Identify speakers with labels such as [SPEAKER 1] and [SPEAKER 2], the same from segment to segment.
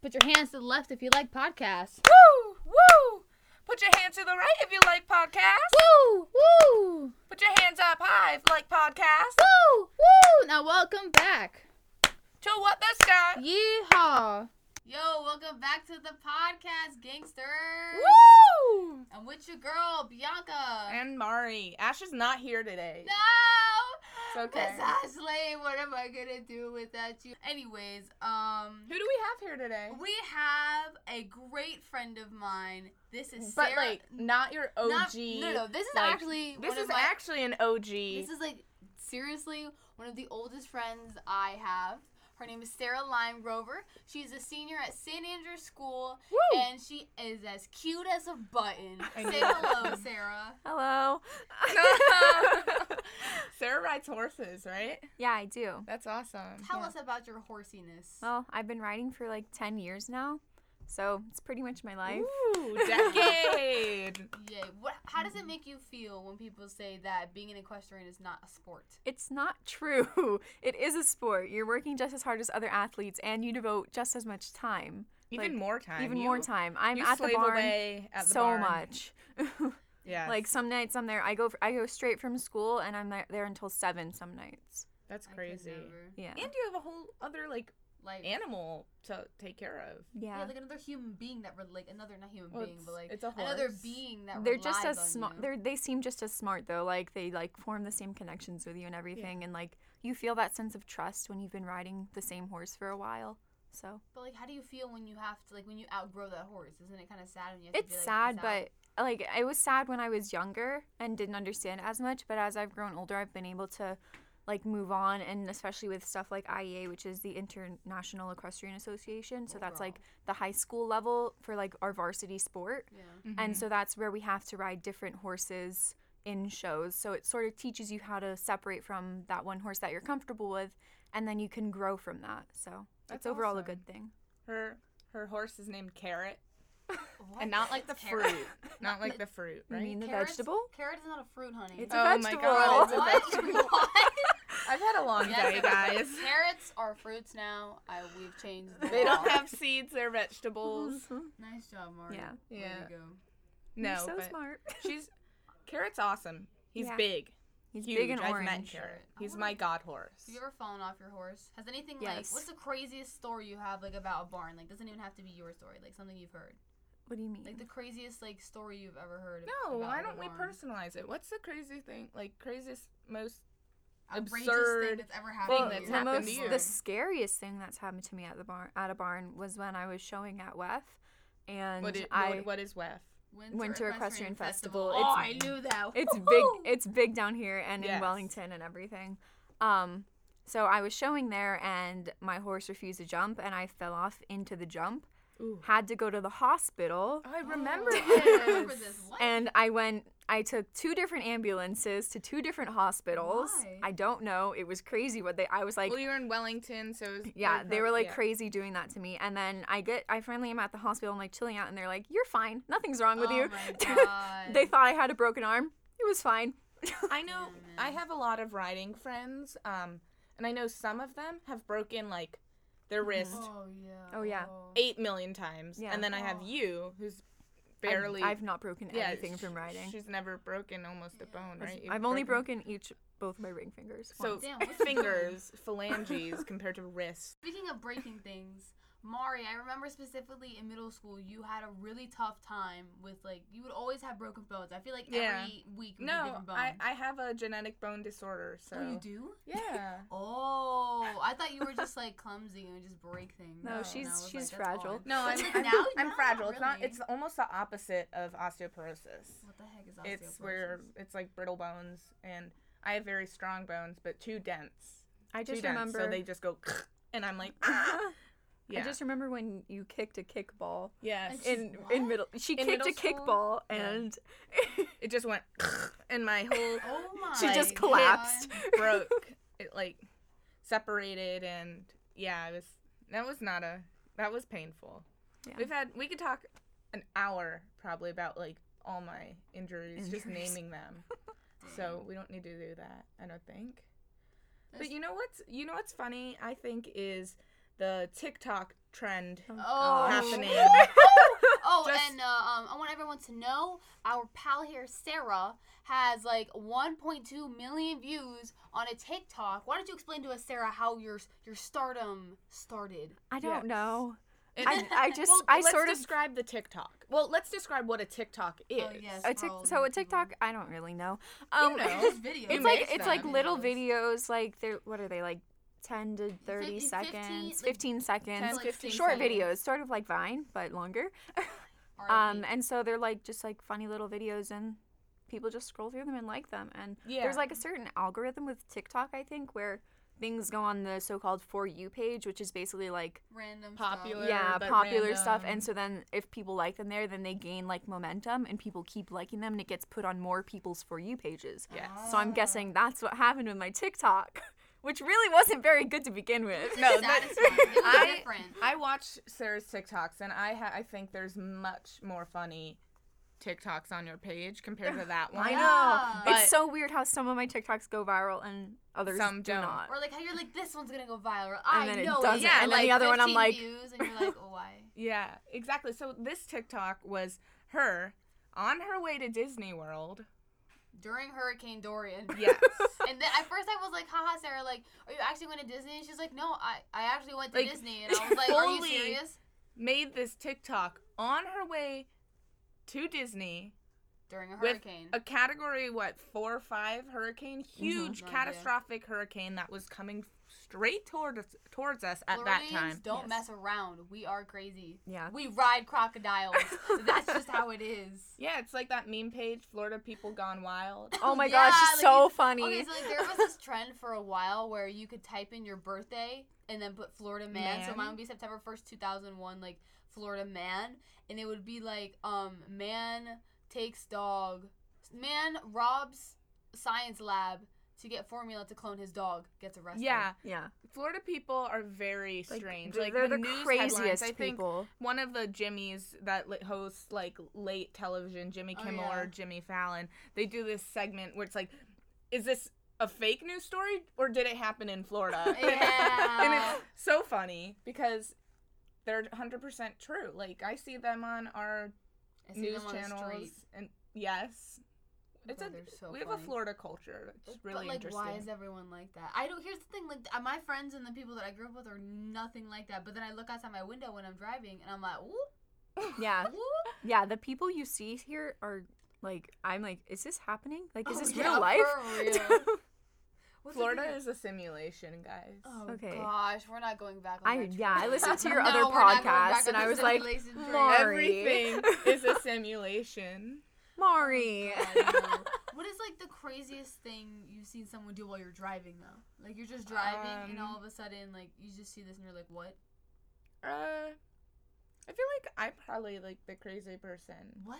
[SPEAKER 1] Put your hands to the left if you like podcasts.
[SPEAKER 2] Woo! Woo! Put your hands to the right if you like podcasts.
[SPEAKER 1] Woo! Woo!
[SPEAKER 2] Put your hands up high if you like podcasts.
[SPEAKER 1] Woo! Woo! Now welcome back.
[SPEAKER 2] To what the sky?
[SPEAKER 1] Yeehaw!
[SPEAKER 3] Yo, welcome back to the podcast, gangsters.
[SPEAKER 2] Woo!
[SPEAKER 3] I'm with your girl, Bianca.
[SPEAKER 2] And Mari. Ash is not here today.
[SPEAKER 3] no!
[SPEAKER 2] It's okay.
[SPEAKER 3] Miss Ashley, what am I gonna do without you? Anyways, um,
[SPEAKER 2] Who do we have here today?
[SPEAKER 3] we have a great friend of mine. This is
[SPEAKER 2] But
[SPEAKER 3] Sarah.
[SPEAKER 2] like not your OG.
[SPEAKER 3] not- no, no, this is
[SPEAKER 2] like,
[SPEAKER 3] actually
[SPEAKER 2] This
[SPEAKER 3] one
[SPEAKER 2] is
[SPEAKER 3] of my,
[SPEAKER 2] actually an OG.
[SPEAKER 3] This is like seriously one of the oldest friends I have. Her name is Sarah Lime Rover. She's a senior at St. Andrews School,
[SPEAKER 2] Woo!
[SPEAKER 3] and she is as cute as a button.
[SPEAKER 2] I
[SPEAKER 3] Say
[SPEAKER 2] knew it.
[SPEAKER 3] hello, Sarah.
[SPEAKER 4] Hello.
[SPEAKER 2] Sarah rides horses, right?
[SPEAKER 4] yeah, I do.
[SPEAKER 2] That's awesome.
[SPEAKER 3] Tell
[SPEAKER 2] Yeah.
[SPEAKER 3] us about your horsiness.
[SPEAKER 4] Well, I've been riding for like 10 years now, so it's pretty much my life.
[SPEAKER 2] Ooh, decade.
[SPEAKER 3] Yay. What, how does it make you feel when people say that being an equestrian is not a sport?
[SPEAKER 4] It's not true. It is a sport. You're working just as hard as other athletes, and you devote just as much time.
[SPEAKER 2] even
[SPEAKER 4] Like,
[SPEAKER 2] more time.
[SPEAKER 4] Even
[SPEAKER 2] You-
[SPEAKER 4] more time. I'm
[SPEAKER 2] you
[SPEAKER 4] at the
[SPEAKER 2] slave
[SPEAKER 4] barn
[SPEAKER 2] away at the
[SPEAKER 4] so
[SPEAKER 2] barn.
[SPEAKER 4] much.
[SPEAKER 2] Yeah.
[SPEAKER 4] Like some nights I'm there. I go. I go straight from school, and I'm there- there until seven some nights.
[SPEAKER 2] that's
[SPEAKER 3] I could
[SPEAKER 2] crazy.
[SPEAKER 3] never.
[SPEAKER 4] Yeah.
[SPEAKER 2] And you have a whole other like
[SPEAKER 3] Like,
[SPEAKER 2] animal to take care of.
[SPEAKER 3] yeah.
[SPEAKER 4] Yeah.
[SPEAKER 3] like another human being that, re- like, another, not human
[SPEAKER 2] Well,
[SPEAKER 3] being, but like,
[SPEAKER 2] it's a
[SPEAKER 3] another
[SPEAKER 2] horse.
[SPEAKER 3] being that
[SPEAKER 4] They're just
[SPEAKER 3] relies
[SPEAKER 4] as
[SPEAKER 3] on
[SPEAKER 4] smart.
[SPEAKER 3] you.
[SPEAKER 4] They they seem just as smart though. Like they like form the same connections with you and everything, and like you feel that sense of trust when you've been riding the same horse for a while. So
[SPEAKER 3] But like, how do you feel when you have to like when you outgrow that horse? Isn't it kind of sad? When you have to
[SPEAKER 4] it's
[SPEAKER 3] be, like,
[SPEAKER 4] sad,
[SPEAKER 3] "Peace out"?
[SPEAKER 4] but like it was sad when I was younger and didn't understand as much. But as I've grown older, I've been able to like move on, and especially with stuff like IEA, which is the International Equestrian Association.
[SPEAKER 3] Oh,
[SPEAKER 4] So that's like the high school level for like our varsity sport.
[SPEAKER 3] yeah.
[SPEAKER 2] Mm-hmm.
[SPEAKER 4] and so that's where we have to ride different horses in shows so it sort of teaches you how to separate from that one horse that you're comfortable with and then you can grow from that so
[SPEAKER 2] That's
[SPEAKER 4] it's overall a
[SPEAKER 2] awesome.
[SPEAKER 4] good thing
[SPEAKER 2] Her her horse is named Carrot,
[SPEAKER 3] What?
[SPEAKER 2] and not like the
[SPEAKER 3] Carrot?
[SPEAKER 2] fruit, not like the fruit,
[SPEAKER 4] you mean
[SPEAKER 2] right?
[SPEAKER 4] the
[SPEAKER 3] Carrots-
[SPEAKER 4] vegetable
[SPEAKER 3] Carrot is not a fruit, honey.
[SPEAKER 4] It's a
[SPEAKER 2] Oh my
[SPEAKER 4] vegetable
[SPEAKER 2] God, it's a
[SPEAKER 3] what?
[SPEAKER 2] vegetable.
[SPEAKER 3] what?
[SPEAKER 2] I've had a long
[SPEAKER 3] Yes,
[SPEAKER 2] day, guys.
[SPEAKER 3] Carrots are fruits now. I we've changed. The
[SPEAKER 2] They don't
[SPEAKER 3] law.
[SPEAKER 2] have seeds; they're vegetables.
[SPEAKER 3] Nice job, Mark.
[SPEAKER 4] Yeah.
[SPEAKER 2] Yeah.
[SPEAKER 3] Way to go.
[SPEAKER 2] No,
[SPEAKER 4] Mm-hmm. you're so
[SPEAKER 2] but
[SPEAKER 4] smart
[SPEAKER 2] she's Carrot's awesome. He's
[SPEAKER 4] Yeah.
[SPEAKER 2] big,
[SPEAKER 4] he's
[SPEAKER 2] huge.
[SPEAKER 4] big and
[SPEAKER 2] I've
[SPEAKER 4] orange
[SPEAKER 2] met Carrot.
[SPEAKER 3] I
[SPEAKER 2] He's
[SPEAKER 3] wanna-
[SPEAKER 2] my god horse.
[SPEAKER 3] Have you ever fallen off your horse? Has anything like
[SPEAKER 4] Yes.
[SPEAKER 3] what's the craziest story you have like about a barn? Like doesn't even have to be your story. Like something you've heard.
[SPEAKER 4] what do you mean
[SPEAKER 3] Like the craziest like story you've ever heard.
[SPEAKER 2] No,
[SPEAKER 3] about
[SPEAKER 2] why
[SPEAKER 3] like, a
[SPEAKER 2] don't we
[SPEAKER 3] barn.
[SPEAKER 2] personalize it? What's the crazy thing? Like craziest, most
[SPEAKER 3] Outrageous thing
[SPEAKER 2] absurd
[SPEAKER 3] that's ever happened.
[SPEAKER 2] thing
[SPEAKER 3] to
[SPEAKER 2] that's
[SPEAKER 3] you.
[SPEAKER 4] the
[SPEAKER 2] happened
[SPEAKER 4] most
[SPEAKER 2] to you?
[SPEAKER 4] the scariest thing that's happened to me at the barn at a barn was when i was showing at wef and
[SPEAKER 2] what, it,
[SPEAKER 4] i
[SPEAKER 2] what, what is WEF?
[SPEAKER 3] Winter,
[SPEAKER 4] Winter Equestrian Festival.
[SPEAKER 3] Oh, I
[SPEAKER 4] It's-
[SPEAKER 3] knew that.
[SPEAKER 4] it's big
[SPEAKER 3] Woo-hoo! Oh,
[SPEAKER 4] it's big down here and
[SPEAKER 2] Yes.
[SPEAKER 4] in Wellington and everything. Um so I was showing there and my horse refused to jump and I fell off into the jump.
[SPEAKER 2] Ooh.
[SPEAKER 4] Had to go to the hospital
[SPEAKER 2] I
[SPEAKER 3] Oh,
[SPEAKER 2] remember
[SPEAKER 3] I remember
[SPEAKER 2] this.
[SPEAKER 3] this. What?
[SPEAKER 4] and I went I took two different ambulances to two different hospitals.
[SPEAKER 3] Why?
[SPEAKER 4] I don't know. It was crazy what they I was like
[SPEAKER 2] well, you were in Wellington, so it was
[SPEAKER 4] yeah,
[SPEAKER 2] very
[SPEAKER 4] they
[SPEAKER 2] prob-
[SPEAKER 4] were like
[SPEAKER 2] yeah.
[SPEAKER 4] crazy doing that to me. And then I get, I finally am at the hospital. I'm like chilling out, and they're like, "You're fine. Nothing's wrong with
[SPEAKER 3] Oh
[SPEAKER 4] you."
[SPEAKER 3] my God.
[SPEAKER 4] they thought I had a broken arm. It was fine.
[SPEAKER 2] I know
[SPEAKER 3] Yeah,
[SPEAKER 2] I have a lot of riding friends, um, and I know some of them have broken like their wrist
[SPEAKER 3] Oh yeah.
[SPEAKER 4] Oh, yeah.
[SPEAKER 2] eight million times,
[SPEAKER 4] Mm-hmm. Yeah.
[SPEAKER 2] and then I have
[SPEAKER 3] Oh.
[SPEAKER 2] you who's
[SPEAKER 4] I've-
[SPEAKER 2] barely.
[SPEAKER 4] I've, not broken
[SPEAKER 2] yeah,
[SPEAKER 4] anything from
[SPEAKER 2] sh-
[SPEAKER 4] riding.
[SPEAKER 2] She's never broken almost a bone, right? You've
[SPEAKER 4] I've only broken each both my ring fingers.
[SPEAKER 2] so
[SPEAKER 4] once.
[SPEAKER 3] Damn, what's the
[SPEAKER 2] fingers, phalanges compared to wrist.
[SPEAKER 3] Speaking of breaking things, Mari, I remember specifically in middle school you had a really tough time with like you would always have broken bones. I feel like
[SPEAKER 2] Yeah.
[SPEAKER 3] every week would be a
[SPEAKER 2] No,
[SPEAKER 3] different bone.
[SPEAKER 2] I, I have a genetic bone disorder, so
[SPEAKER 3] oh, you do?
[SPEAKER 2] yeah.
[SPEAKER 3] Oh, I thought you were just like clumsy and would just break things.
[SPEAKER 4] No,
[SPEAKER 3] And I
[SPEAKER 4] she's-
[SPEAKER 3] was
[SPEAKER 4] she's
[SPEAKER 3] "That's odd."
[SPEAKER 4] fragile.
[SPEAKER 2] No, I'm,
[SPEAKER 3] But, like,
[SPEAKER 2] I'm,
[SPEAKER 3] now
[SPEAKER 2] I'm
[SPEAKER 3] you're
[SPEAKER 2] fragile. It's not.
[SPEAKER 3] really.
[SPEAKER 2] It's almost the opposite of osteoporosis.
[SPEAKER 3] What the heck is osteoporosis?
[SPEAKER 2] It's where it's like brittle bones, and I have very strong bones, but too dense.
[SPEAKER 4] I
[SPEAKER 2] Too
[SPEAKER 4] just
[SPEAKER 2] dense,
[SPEAKER 4] remember.
[SPEAKER 2] so they just go, and I'm like, yeah,
[SPEAKER 4] I just remember when you kicked a kickball
[SPEAKER 2] yes.
[SPEAKER 3] And She's
[SPEAKER 4] in
[SPEAKER 3] what?
[SPEAKER 4] in middle. She
[SPEAKER 2] In
[SPEAKER 4] kicked
[SPEAKER 2] middle
[SPEAKER 4] a
[SPEAKER 2] school?
[SPEAKER 4] kickball
[SPEAKER 2] Yeah.
[SPEAKER 4] and
[SPEAKER 2] it just went, and my whole
[SPEAKER 3] Oh my.
[SPEAKER 4] she just
[SPEAKER 2] Like,
[SPEAKER 4] collapsed.
[SPEAKER 3] God.
[SPEAKER 2] broke. It like separated, and yeah, I was. That was not a. That was painful.
[SPEAKER 4] Yeah.
[SPEAKER 2] We've had. We could talk an hour probably about like all my injuries, just
[SPEAKER 4] Injuries.
[SPEAKER 2] naming them. so we don't need to do that. I don't think. But
[SPEAKER 3] That's-
[SPEAKER 2] you know what's you know what's funny? I think is the TikTok trend
[SPEAKER 3] Oh.
[SPEAKER 2] happening.
[SPEAKER 3] Oh,
[SPEAKER 2] Just-
[SPEAKER 3] and uh, um, I want everyone to know our pal here, Sarah, has like 1.2 million views on a TikTok. Why don't you explain to us, Sarah, how your your stardom started?
[SPEAKER 4] I don't
[SPEAKER 2] Yes.
[SPEAKER 4] know.
[SPEAKER 2] It-
[SPEAKER 4] I, I just
[SPEAKER 2] well,
[SPEAKER 4] I
[SPEAKER 2] let's
[SPEAKER 4] sort of Oh,
[SPEAKER 2] describe the TikTok. Well, let's describe what a TikTok is.
[SPEAKER 3] yes.
[SPEAKER 4] a tic-
[SPEAKER 3] scroll
[SPEAKER 4] so a
[SPEAKER 3] and keep
[SPEAKER 4] TikTok. I don't really know.
[SPEAKER 2] You
[SPEAKER 4] Um,
[SPEAKER 2] know.
[SPEAKER 3] It's videos.
[SPEAKER 4] it's
[SPEAKER 2] You
[SPEAKER 4] like
[SPEAKER 2] make
[SPEAKER 4] it's like
[SPEAKER 2] them.
[SPEAKER 4] little videos. Like they're what are they like? Ten to thirty
[SPEAKER 3] 15
[SPEAKER 4] seconds,
[SPEAKER 3] like,
[SPEAKER 4] fifteen seconds.
[SPEAKER 2] 10,
[SPEAKER 3] like,
[SPEAKER 2] 15
[SPEAKER 4] Short
[SPEAKER 3] seconds.
[SPEAKER 4] videos, sort of like Vine, but longer. Um,
[SPEAKER 3] Um,
[SPEAKER 4] and so they're like just like funny little videos, and people just scroll through them and like them. And
[SPEAKER 2] Yeah.
[SPEAKER 4] there's like a certain algorithm with TikTok, I think, where things go on the so-called for you page, which is basically like
[SPEAKER 3] random
[SPEAKER 2] popular.
[SPEAKER 3] popular.
[SPEAKER 4] yeah,
[SPEAKER 2] but
[SPEAKER 4] popular stuff.
[SPEAKER 2] random.
[SPEAKER 4] And so then if people like them there, then they gain like momentum, and people keep liking them, and it gets put on more people's for you pages.
[SPEAKER 2] Yes.
[SPEAKER 4] So
[SPEAKER 3] Ah.
[SPEAKER 4] I'm guessing that's what happened with my TikTok, which really wasn't very good to begin with.
[SPEAKER 2] No, that-
[SPEAKER 3] satisfying. It was
[SPEAKER 2] I-
[SPEAKER 3] different.
[SPEAKER 2] I watch Sarah's TikToks, and I ha- I think there's much more funny TikToks on your page compared to that one.
[SPEAKER 4] I
[SPEAKER 3] Yeah.
[SPEAKER 4] know.
[SPEAKER 2] But-
[SPEAKER 4] it's so weird how some of my TikToks go viral and others
[SPEAKER 2] Some
[SPEAKER 4] do
[SPEAKER 2] don't.
[SPEAKER 4] not.
[SPEAKER 3] Or like how you're like this one's gonna go viral. I
[SPEAKER 4] then it
[SPEAKER 3] know
[SPEAKER 4] doesn't.
[SPEAKER 3] Yeah,
[SPEAKER 2] And then the
[SPEAKER 3] like,
[SPEAKER 4] other one, I'm
[SPEAKER 3] 15
[SPEAKER 4] like-
[SPEAKER 3] views, and you're like, oh, why?
[SPEAKER 2] Yeah, exactly. So this TikTok was her on her way to Disney World.
[SPEAKER 3] During Hurricane Dorian.
[SPEAKER 2] Yes.
[SPEAKER 3] And then at first I was like, haha, Sarah, like, are you actually going to Disney? And she's like, no, I, I actually went to
[SPEAKER 2] Like,
[SPEAKER 3] Disney. And I was like, are you
[SPEAKER 2] fully-
[SPEAKER 3] serious?
[SPEAKER 2] Made this TikTok on her way to Disney
[SPEAKER 3] During a
[SPEAKER 2] with
[SPEAKER 3] hurricane.
[SPEAKER 2] a category what four or five hurricane, huge
[SPEAKER 3] Mm-hmm. No idea.
[SPEAKER 2] catastrophic hurricane that was coming straight toward us, towards us at that
[SPEAKER 3] Floridians
[SPEAKER 2] time.
[SPEAKER 3] don't
[SPEAKER 4] Yes.
[SPEAKER 3] mess around. We are crazy.
[SPEAKER 4] Yeah.
[SPEAKER 3] We ride crocodiles. That's just how it is.
[SPEAKER 2] Yeah, it's like that meme page, Florida people gone wild.
[SPEAKER 4] Oh my
[SPEAKER 3] Yeah,
[SPEAKER 4] gosh,
[SPEAKER 3] like,
[SPEAKER 4] she's so
[SPEAKER 3] it's-
[SPEAKER 4] funny.
[SPEAKER 3] Okay, so like there was this trend for a while where you could type in your birthday and then put Florida man. So
[SPEAKER 2] Man.
[SPEAKER 3] mine would be September first, two thousand one, like Florida man, and it would be like um man takes dog, man robs science lab to get formula to clone his dog, gets arrested.
[SPEAKER 2] Yeah,
[SPEAKER 4] yeah.
[SPEAKER 2] Florida people are very
[SPEAKER 4] Like,
[SPEAKER 2] strange.
[SPEAKER 4] th-
[SPEAKER 2] Like
[SPEAKER 4] they're
[SPEAKER 2] the,
[SPEAKER 4] the,
[SPEAKER 2] news
[SPEAKER 4] craziest
[SPEAKER 2] headlines, I think
[SPEAKER 4] people.
[SPEAKER 2] one of the Jimmys that li- hosts like late television, Jimmy
[SPEAKER 3] Oh,
[SPEAKER 2] Kimmel
[SPEAKER 3] yeah.
[SPEAKER 2] or Jimmy Fallon, they do this segment where it's like, is this a fake news story or did it happen in Florida? and
[SPEAKER 3] Yeah.
[SPEAKER 2] it's so funny because they're 100% true. Like I see them on our
[SPEAKER 3] I see them
[SPEAKER 2] news
[SPEAKER 3] on the
[SPEAKER 2] channels
[SPEAKER 3] street. Oh,
[SPEAKER 2] and yes. It's a,
[SPEAKER 3] God, they're so
[SPEAKER 2] we have
[SPEAKER 3] funny.
[SPEAKER 2] a Florida culture. It's really
[SPEAKER 3] but like,
[SPEAKER 2] interesting.
[SPEAKER 3] why is everyone like that? I don't. Here's the thing: like, uh, my friends and the people that I grew up with are nothing like that. But then I look outside my window when I'm driving, and I'm like, ooh,
[SPEAKER 4] Yeah.
[SPEAKER 3] ooh.
[SPEAKER 4] Yeah, the people you see here are like I'm like, is this happening? Like is
[SPEAKER 3] Oh,
[SPEAKER 4] this
[SPEAKER 3] yeah,
[SPEAKER 4] real life?
[SPEAKER 3] for real. What's the
[SPEAKER 2] Florida
[SPEAKER 3] thing?
[SPEAKER 2] is a simulation, guys.
[SPEAKER 3] Oh
[SPEAKER 4] Okay.
[SPEAKER 3] gosh, we're not going back. On
[SPEAKER 4] I
[SPEAKER 3] that train.
[SPEAKER 4] yeah, I listened to your
[SPEAKER 3] No,
[SPEAKER 4] other
[SPEAKER 3] we're not going back
[SPEAKER 4] podcast
[SPEAKER 3] on
[SPEAKER 4] and I
[SPEAKER 3] the
[SPEAKER 4] was like,
[SPEAKER 3] simulation train.
[SPEAKER 4] "Mar- Sorry.
[SPEAKER 2] Everything is a simulation.
[SPEAKER 4] Mari.
[SPEAKER 3] God, no. What is like the craziest thing you've seen someone do while you're driving though? Like you're just driving and
[SPEAKER 2] Um,
[SPEAKER 3] all of a sudden like you just see this and you're like, what?
[SPEAKER 2] Uh, I feel like I'm probably like the crazy person.
[SPEAKER 3] What?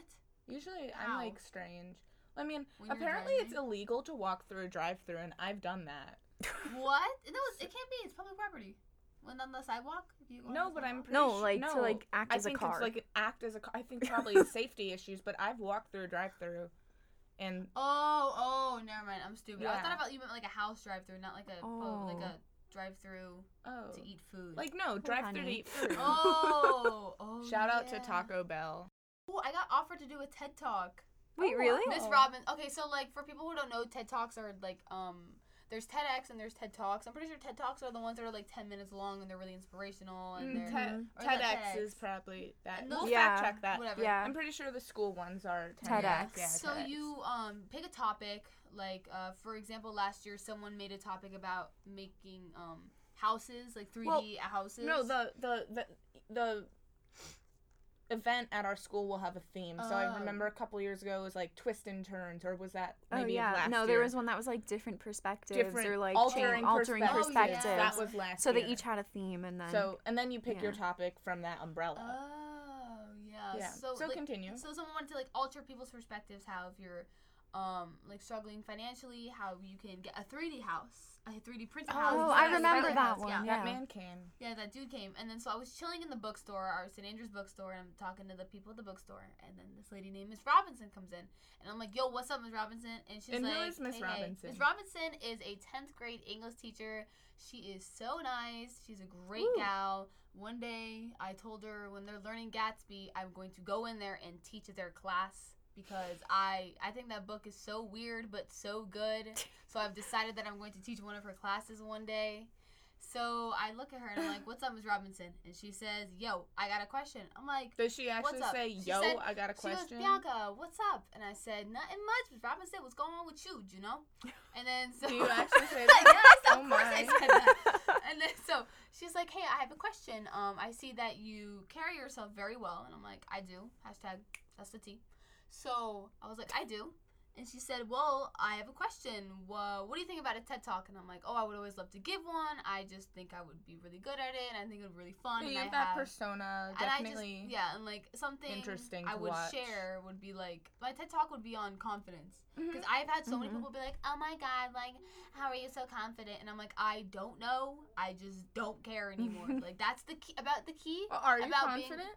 [SPEAKER 2] Usually
[SPEAKER 3] How?
[SPEAKER 2] I'm like strange. I mean,
[SPEAKER 3] When you're
[SPEAKER 2] apparently it's illegal to walk through a drive-through, and I've done that.
[SPEAKER 3] What? No, it's, it can't be. It's public property. When on the sidewalk? If you go on
[SPEAKER 2] No,
[SPEAKER 3] the
[SPEAKER 2] but
[SPEAKER 3] sidewalk?
[SPEAKER 2] I'm pretty
[SPEAKER 4] No,
[SPEAKER 2] su-
[SPEAKER 4] like to
[SPEAKER 2] no.
[SPEAKER 4] like act
[SPEAKER 2] I
[SPEAKER 4] as a
[SPEAKER 2] think
[SPEAKER 4] car.
[SPEAKER 2] it's like an act as a car. I think probably it's safety issues, but I've walked through a drive-through, and
[SPEAKER 3] Oh, oh, never mind. I'm stupid. I thought
[SPEAKER 2] Yeah.
[SPEAKER 3] about you meant like a house drive-through, not like a oh, like a
[SPEAKER 4] Oh.
[SPEAKER 3] drive-through
[SPEAKER 2] oh,
[SPEAKER 3] to eat food.
[SPEAKER 2] like no drive-through to
[SPEAKER 4] honey.
[SPEAKER 2] eat food.
[SPEAKER 3] oh, oh.
[SPEAKER 2] Shout out to
[SPEAKER 3] yeah.
[SPEAKER 2] Taco Bell.
[SPEAKER 3] Ooh, I got offered to do a TED Talk.
[SPEAKER 4] Wait,
[SPEAKER 2] Oh,
[SPEAKER 4] really?
[SPEAKER 2] wow.
[SPEAKER 3] Miss
[SPEAKER 2] Oh.
[SPEAKER 3] Robbins. Okay, so like for people who don't know, TED Talks are like um. There's TEDx and there's TED Talks. I'm pretty sure TED Talks are the ones that are like 10 minutes long and they're really inspirational and
[SPEAKER 2] Mm,
[SPEAKER 3] they're
[SPEAKER 2] Ted-
[SPEAKER 3] or is that
[SPEAKER 2] TEDx is probably that.
[SPEAKER 3] And those-
[SPEAKER 2] We'll
[SPEAKER 4] Yeah.
[SPEAKER 2] fact check that.
[SPEAKER 3] whatever.
[SPEAKER 4] Yeah.
[SPEAKER 2] I'm pretty sure the school ones are
[SPEAKER 4] TEDx.
[SPEAKER 2] Yeah,
[SPEAKER 3] So
[SPEAKER 2] TEDx.
[SPEAKER 3] you um, pick a topic, like uh, for example, last year someone made a topic about making um, houses, like 3D houses.
[SPEAKER 2] No, the the the the event at our school will have a theme. So
[SPEAKER 3] Oh.
[SPEAKER 2] I remember a couple years ago it was like twist and turns, or was that
[SPEAKER 4] Oh
[SPEAKER 2] maybe
[SPEAKER 4] yeah.
[SPEAKER 2] last
[SPEAKER 4] No, there
[SPEAKER 2] year?
[SPEAKER 4] was one that was like different perspectives
[SPEAKER 2] different
[SPEAKER 4] or like
[SPEAKER 2] altering,
[SPEAKER 4] altering, altering
[SPEAKER 2] perspectives.
[SPEAKER 3] perspectives. Oh, yeah.
[SPEAKER 4] perspectives.
[SPEAKER 2] That was last.
[SPEAKER 4] so they
[SPEAKER 2] year.
[SPEAKER 4] each had a theme and then
[SPEAKER 2] So and then you pick your
[SPEAKER 4] yeah.
[SPEAKER 2] topic from that umbrella.
[SPEAKER 3] Oh yeah.
[SPEAKER 2] yeah.
[SPEAKER 3] So
[SPEAKER 2] So,
[SPEAKER 3] like,
[SPEAKER 2] continue.
[SPEAKER 3] so someone wanted to like alter people's perspectives how if you're um, like struggling financially, how you can get a 3D house, a 3D printed
[SPEAKER 4] Oh,
[SPEAKER 3] house.
[SPEAKER 4] I
[SPEAKER 3] Yeah,
[SPEAKER 4] remember
[SPEAKER 3] yeah,
[SPEAKER 4] that
[SPEAKER 3] yeah.
[SPEAKER 4] one.
[SPEAKER 2] That
[SPEAKER 4] Yeah.
[SPEAKER 2] man came.
[SPEAKER 3] Yeah, that dude came, and then so I was chilling in the bookstore, our St. Andrew's bookstore, and I'm talking to the people at the bookstore, and then this lady named Miss Robinson comes in, and I'm like, "Yo, what's up, Miss Robinson?" And she's
[SPEAKER 2] And who
[SPEAKER 3] like,
[SPEAKER 2] is Miss
[SPEAKER 3] "Hey, hey."
[SPEAKER 2] Robinson?
[SPEAKER 3] Miss Robinson is a 10th grade English teacher. She is so nice. She's a great
[SPEAKER 1] Ooh.
[SPEAKER 3] gal. One day, I told her when they're learning Gatsby, I'm going to go in there and teach their class." Because I, I think that book is so weird but so good. So I've decided that I'm going to teach one of her classes one day. So I look at her and I'm like, "What's up, Miss Robinson?" And she says, "Yo, I got a question." I'm like,
[SPEAKER 2] Does she actually
[SPEAKER 3] up?
[SPEAKER 2] say,
[SPEAKER 3] She
[SPEAKER 2] "Yo,
[SPEAKER 3] said-
[SPEAKER 2] I got a
[SPEAKER 3] "She
[SPEAKER 2] question"?
[SPEAKER 3] goes, Bianca, what's up?" And I said, "Nothing much, Miss Robinson. What's going on with you? You know?" And then so
[SPEAKER 2] Do you actually say
[SPEAKER 3] yes,
[SPEAKER 2] that?
[SPEAKER 3] of
[SPEAKER 2] Oh
[SPEAKER 3] course I
[SPEAKER 2] my.
[SPEAKER 3] said that. And then so she's like, "Hey, I have a question. Um, I see that you carry yourself very well." And I'm like, "I do." Hashtag that's the T. So I was like, "I do." And she said, "Well, I have a question. Wha what do you think about a TED Talk?" And I'm like, "Oh, I would always love to give one. I just think I would be really good at it, and I think it would be really fun."
[SPEAKER 2] So
[SPEAKER 3] and
[SPEAKER 2] you
[SPEAKER 3] I
[SPEAKER 2] have that
[SPEAKER 3] have-
[SPEAKER 2] persona,
[SPEAKER 3] and I
[SPEAKER 2] definitely.
[SPEAKER 3] just, yeah, and like something
[SPEAKER 2] interesting
[SPEAKER 3] I
[SPEAKER 2] to
[SPEAKER 3] would
[SPEAKER 2] watch.
[SPEAKER 3] share would be like my TED talk would be on confidence
[SPEAKER 2] Mm-hmm.
[SPEAKER 3] because I've had so many
[SPEAKER 4] Mhm.
[SPEAKER 3] people be like, "Oh my god, like how are you so confident?" And I'm like, "I don't know. I just don't care anymore." like that's the key about the key.
[SPEAKER 2] Well, Are you
[SPEAKER 3] about being-
[SPEAKER 2] confident?